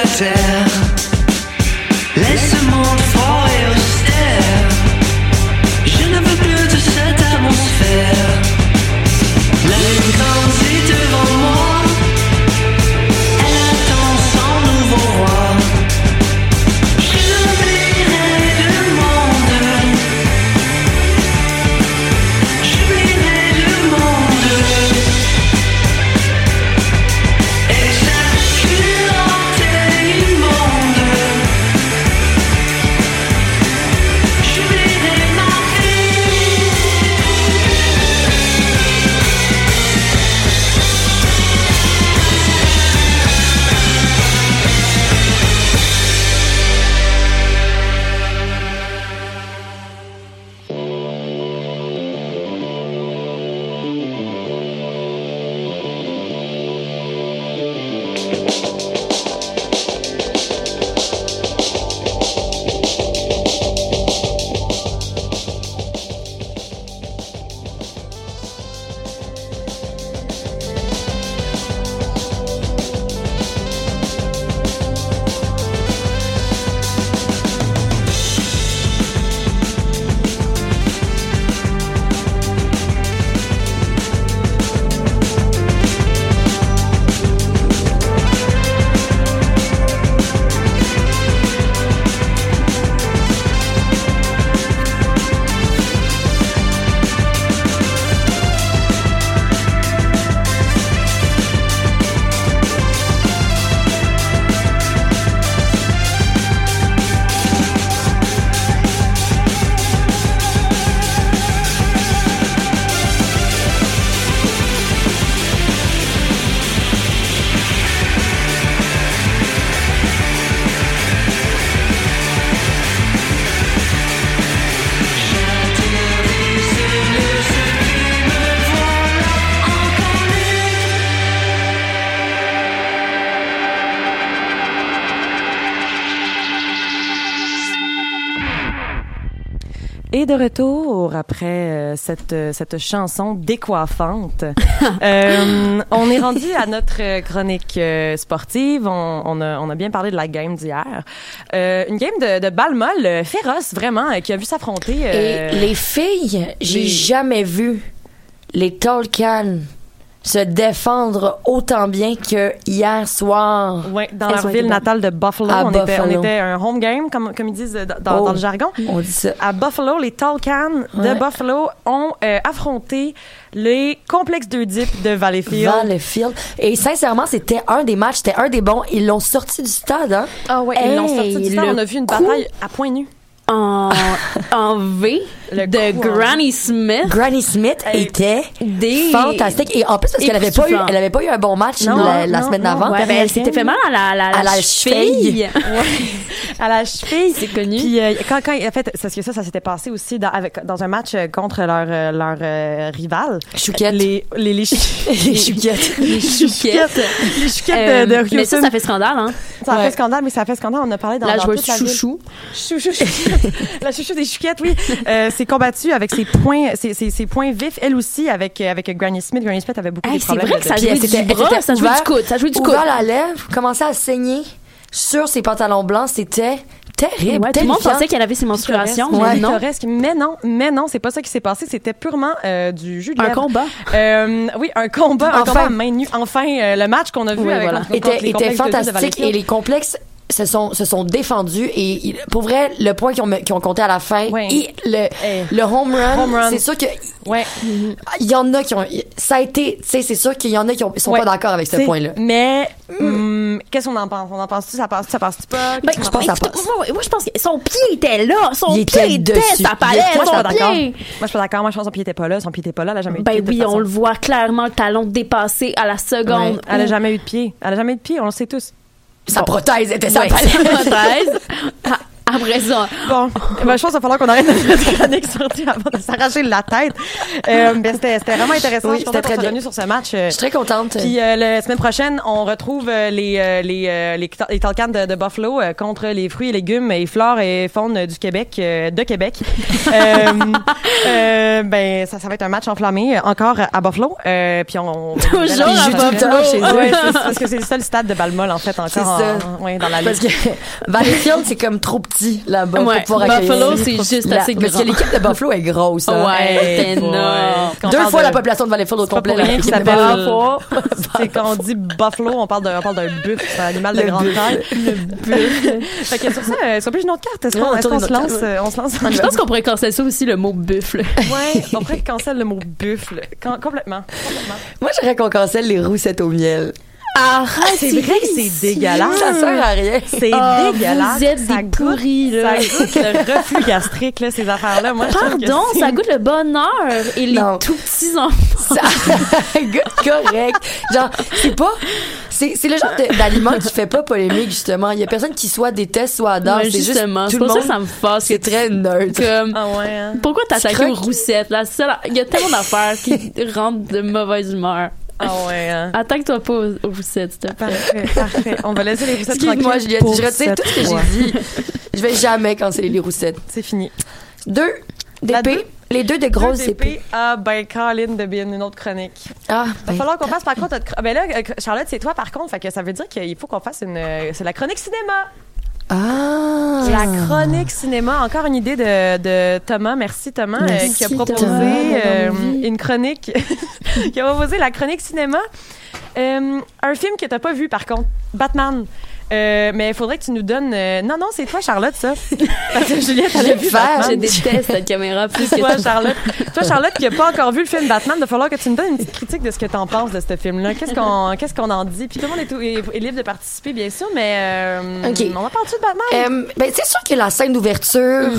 Speaker 6: faire. Laisse-moi froid et austère. Je ne veux plus de cette atmosphère. La lune grandit devant moi. Elle attend son nouveau roi. J'oublierai le monde. J'oublierai le monde. Et chaque culotte immonde J'oublierai ma vie
Speaker 1: Et de retour après euh, cette, euh, cette chanson décoiffante, Euh, on est rendu à notre euh, chronique euh, sportive. On, on a, on a bien parlé de la game d'hier. Euh, une game de, de balle molle euh, féroce, vraiment, euh, qui a vu s'affronter... euh,
Speaker 3: Et les filles, j'ai
Speaker 1: les-
Speaker 3: jamais vu les Tolkien se défendre autant bien que hier soir.
Speaker 1: Ouais, dans
Speaker 2: Elles
Speaker 1: leur
Speaker 2: ont été
Speaker 1: ville
Speaker 2: bonnes.
Speaker 1: natale de Buffalo,
Speaker 3: À
Speaker 1: on, Était, on
Speaker 3: Buffalo.
Speaker 1: était un home game, comme, comme ils disent euh, dans,
Speaker 3: Oh.
Speaker 1: dans le jargon.
Speaker 3: On dit ça.
Speaker 1: À Buffalo, les Tolkien
Speaker 3: Ouais.
Speaker 1: de Buffalo ont euh, affronté les complexes d'Oedipe de Valleyfield.
Speaker 3: Valleyfield. Et sincèrement, c'était un des matchs, c'était un des bons. Ils l'ont sorti du stade, hein?
Speaker 2: Ah ouais,
Speaker 1: Ils l'ont sorti du stade. On a vu une bataille à point nu.
Speaker 2: en, en V
Speaker 1: Le
Speaker 2: de
Speaker 1: coup en V.
Speaker 2: Granny Smith.
Speaker 3: Granny Smith était
Speaker 2: Des...
Speaker 3: fantastique. Et en plus, parce qu'elle avait pas eu,
Speaker 2: Époustouflant.
Speaker 3: elle avait pas eu un bon match
Speaker 1: Non,
Speaker 3: la, la
Speaker 1: non,
Speaker 3: semaine
Speaker 1: non,
Speaker 3: d'avant.
Speaker 2: Ouais, ben, elle s'était fait mal à la, à la,
Speaker 3: À la cheville.
Speaker 1: à la cheville.
Speaker 2: C'est connu.
Speaker 1: Puis euh, quand, quand en fait, c'est ce que ça, ça s'était passé aussi dans, avec, dans un match euh, contre leur euh, leur euh, rival.
Speaker 3: Chouquette.
Speaker 1: Les les les chou-
Speaker 3: Les chouquettes.
Speaker 2: Les chouquettes.
Speaker 1: les chouquettes de, de
Speaker 2: Euh, mais ça,
Speaker 1: Houston.
Speaker 2: ça fait scandale, hein.
Speaker 1: Ça a
Speaker 3: Ouais.
Speaker 1: fait scandale, mais ça a fait scandale. On a parlé dans,
Speaker 2: La
Speaker 1: dans
Speaker 2: joueuse
Speaker 1: toute la ville.
Speaker 2: chouchou.
Speaker 1: Chouchou, chouchou. la chouchou des chouquettes, oui. Euh, c'est combattu avec ses points, ses, ses- ses points vifs. Elle aussi avec euh, avec Granny Smith. Granny Smith avait beaucoup
Speaker 2: Hey,
Speaker 1: de
Speaker 2: c'est
Speaker 1: problèmes.
Speaker 2: vrai
Speaker 1: de-
Speaker 2: que ça
Speaker 1: de-
Speaker 3: Puis
Speaker 2: jouait
Speaker 3: elle
Speaker 2: du
Speaker 3: s'était- elle
Speaker 2: bras,
Speaker 3: s'était
Speaker 2: ça jouait du
Speaker 3: ouvert-
Speaker 2: coude, ça jouait du coude.
Speaker 3: Ouvert la lèvre, commençait à saigner sur ses pantalons blancs. C'était terrible.
Speaker 2: Ouais, tout le monde
Speaker 3: terrifiant.
Speaker 2: pensait qu'elle avait ses menstruations, mais
Speaker 1: Ouais.
Speaker 2: non.
Speaker 1: Pittoresque. Mais non, mais non, c'est pas ça qui s'est passé. C'était purement euh, du jus de
Speaker 2: Un
Speaker 1: lèvres.
Speaker 2: combat.
Speaker 1: Euh, oui, un combat, un
Speaker 3: Enfin.
Speaker 1: combat à main nue. Enfin, euh, le match qu'on a vu
Speaker 2: Oui,
Speaker 1: avec
Speaker 2: voilà.
Speaker 1: contre- contre
Speaker 3: était,
Speaker 1: les
Speaker 3: était
Speaker 1: complexes de- de
Speaker 3: fantastique
Speaker 1: Valleyfield.
Speaker 3: et les complexes se sont, se sont défendus et il- pour vrai le point qu'ils ont, qu'ils ont compté à la fin
Speaker 1: Ouais.
Speaker 3: et le,
Speaker 1: Eh.
Speaker 3: le home run,
Speaker 1: Home run.
Speaker 3: c'est sûr que
Speaker 1: Ouais.
Speaker 3: il Ah, y en a qui ont ça a été tu sais c'est sûr qu'il y en a qui ont- sont
Speaker 1: Ouais.
Speaker 3: pas d'accord avec ce
Speaker 1: T'sais,
Speaker 3: point là
Speaker 1: Mais hum, qu'est-ce qu'on en pense On en pense-tu Ça passe Ça passe-tu pas
Speaker 2: Ben,
Speaker 1: Qu'est-ce qu'on en
Speaker 3: je pense que ça
Speaker 2: écoute,
Speaker 3: passe.
Speaker 2: Moi, moi, je pense que son pied était là. Son
Speaker 3: Il était
Speaker 2: pied était,
Speaker 3: dessus.
Speaker 2: ça palais,
Speaker 3: Il était-
Speaker 1: Moi, je suis pas
Speaker 2: son
Speaker 1: d'accord.
Speaker 2: pied.
Speaker 1: Moi, je suis pas d'accord. Moi, je pense que son pied était pas là. Son pied était pas là. Elle a jamais eu de pied.
Speaker 2: Ben
Speaker 1: de
Speaker 2: oui,
Speaker 1: toute
Speaker 2: on
Speaker 1: façon.
Speaker 2: le voit clairement, le talon dépassé à la seconde.
Speaker 3: Ouais.
Speaker 1: Elle a
Speaker 2: où-
Speaker 1: jamais eu de pied. Elle a jamais eu de pied. On le sait tous.
Speaker 3: sa prothèse était sa
Speaker 2: Ouais,
Speaker 3: palette.
Speaker 2: sa prothèse. Elle- Après ça.
Speaker 1: Bon,
Speaker 3: Ah.
Speaker 1: ben, je pense qu'il va falloir qu'on arrête notre chronique sortie avant de s'arracher la tête. Euh, ben, c'était c'était vraiment intéressant.
Speaker 3: Oui,
Speaker 1: je suis
Speaker 3: c'était très
Speaker 1: contente qu'on soit
Speaker 3: bien.
Speaker 1: revenu sur ce match. euh,
Speaker 3: Je suis très contente.
Speaker 1: Puis euh, la semaine prochaine, on retrouve euh, les, euh, les, euh, les, les Talcans de, de Buffalo euh, contre les fruits et légumes et fleurs et faunes euh, du Québec, euh, de Québec. euh, euh, ben, ça, ça va être un match enflammé euh, encore à Buffalo. Euh, puis on, on
Speaker 2: Toujours
Speaker 1: Puis
Speaker 2: à
Speaker 1: joue tout le
Speaker 3: Buffalo
Speaker 1: temps
Speaker 3: chez eux.
Speaker 1: Ouais, c'est- c'est parce que c'est le seul stade de Balmol, en fait, encore
Speaker 3: C'est
Speaker 1: en-
Speaker 3: ça.
Speaker 1: en- ouais, euh, dans la
Speaker 3: Parce
Speaker 1: liste.
Speaker 3: que Valleyfield, c'est comme trop petit là-bas
Speaker 2: Ouais,
Speaker 3: pour pouvoir accueillir.
Speaker 2: Buffalo, c'est juste
Speaker 3: La-
Speaker 2: assez
Speaker 3: Parce
Speaker 2: grand.
Speaker 3: que l'équipe de Buffalo est grosse. hein.
Speaker 2: Ouais, c'est
Speaker 1: Hey, boy.
Speaker 2: énorme.
Speaker 1: Quand on
Speaker 3: Deux
Speaker 1: parle
Speaker 3: fois
Speaker 1: de-
Speaker 3: la population de Valleyfield au
Speaker 1: C'est pas
Speaker 3: complet.
Speaker 1: pour rien
Speaker 3: l'équipe
Speaker 1: qu'il
Speaker 3: de
Speaker 1: s'appelle
Speaker 3: Buffalo.
Speaker 1: C'est quand on dit buffalo, on parle d'un on parle d'un buffle, c'est un animal de
Speaker 3: Le
Speaker 1: grande
Speaker 3: buffle.
Speaker 1: taille. fait que sur ça, euh, est-ce qu'on peut une autre carte Est-ce qu'on
Speaker 3: Ouais, on
Speaker 1: est-ce
Speaker 3: tourne une
Speaker 1: qu'on se
Speaker 3: autre
Speaker 1: lance
Speaker 3: carte,
Speaker 1: euh, On se lance en
Speaker 2: Je pense qu'on pourrait corser ça aussi, le mot buffle.
Speaker 1: Ouais, on pourrait cancel le mot buffle Con- complètement.
Speaker 3: Moi, j'aurais qu'on cancelle les roussettes au miel.
Speaker 2: Arrête,
Speaker 1: Ah, c'est vrai que c'est dégueulasse.
Speaker 3: Ça sert à rien.
Speaker 1: Ah! C'est
Speaker 2: Ah,
Speaker 1: dégueulasse.
Speaker 2: vous êtes
Speaker 1: ça
Speaker 2: des
Speaker 1: goûte,
Speaker 2: pourris, là.
Speaker 1: Ça goûte le reflux gastrique là, ces affaires-là. Moi, je trouve que
Speaker 2: Pardon,
Speaker 1: c'est-
Speaker 2: ça goûte le bonheur et les
Speaker 3: Non.
Speaker 2: tout petits enfants.
Speaker 3: Ça goûte correct. Genre, c'est pas. C'est c'est le genre de- d'aliment qui fait pas polémique, justement. Il y a personne qui soit déteste, soit adore.
Speaker 2: Ouais,
Speaker 3: C'est juste.
Speaker 2: justement, c'est
Speaker 3: Tout
Speaker 2: pour
Speaker 3: le
Speaker 2: ça
Speaker 3: monde.
Speaker 2: que ça me fasse.
Speaker 3: C'est très neutre.
Speaker 2: Comme,
Speaker 1: Ah ouais. hein.
Speaker 2: pourquoi t'attaquer
Speaker 3: croques.
Speaker 2: aux roussettes? Là, C'est ça, il y a tellement d'affaires qui rendent de mauvaise humeur.
Speaker 1: Ah ouais. hein.
Speaker 2: Attaque-toi pas aux, aux roussettes, s'il te plaît.
Speaker 1: Parfait, parfait. On va laisser les roussettes
Speaker 3: Excuse-moi,
Speaker 1: tranquilles
Speaker 3: Juliette.
Speaker 1: pour
Speaker 3: Je retire
Speaker 1: cette
Speaker 3: tout ce que
Speaker 1: fois.
Speaker 3: j'ai dit. Je vais jamais canceller les roussettes.
Speaker 1: C'est fini.
Speaker 3: Deux
Speaker 1: La
Speaker 3: d'épées.
Speaker 1: deux-
Speaker 3: Les deux de
Speaker 1: Grosse
Speaker 3: grosses épées.
Speaker 1: Ah ben Colin de bien une autre chronique.
Speaker 3: Ah,
Speaker 1: Il
Speaker 3: ben,
Speaker 1: va falloir qu'on fasse par contre notre chro- ben là euh, Charlotte c'est toi par contre fait que ça veut dire qu'il faut qu'on fasse une euh, c'est la chronique cinéma.
Speaker 3: Ah!
Speaker 1: La chronique cinéma encore une idée de, de Thomas merci Thomas euh,
Speaker 2: Merci,
Speaker 1: qui a proposé
Speaker 2: Thomas,
Speaker 1: euh,
Speaker 2: dans nos vies.
Speaker 1: une chronique qui a proposé la chronique cinéma Euh, un film que t'as pas vu par contre Batman. Euh, mais il faudrait que tu nous donnes euh, non non c'est toi Charlotte ça parce que Juliette elle a
Speaker 3: vais
Speaker 1: vu
Speaker 3: faire.
Speaker 1: Batman.
Speaker 2: Je déteste cette caméra plus que
Speaker 1: Toi,
Speaker 2: tout.
Speaker 1: Charlotte, toi, Charlotte, qui n'a pas encore vu le film Batman, il va falloir que tu me donnes une petite critique de ce que tu en penses de ce film-là. Qu'est-ce qu'on qu'est-ce qu'on en dit? Puis tout le monde est, est- est libre de participer, bien sûr, mais euh,
Speaker 3: OK.
Speaker 1: on en parle-tu de Batman?
Speaker 3: Euh, ben, c'est sûr que la scène d'ouverture,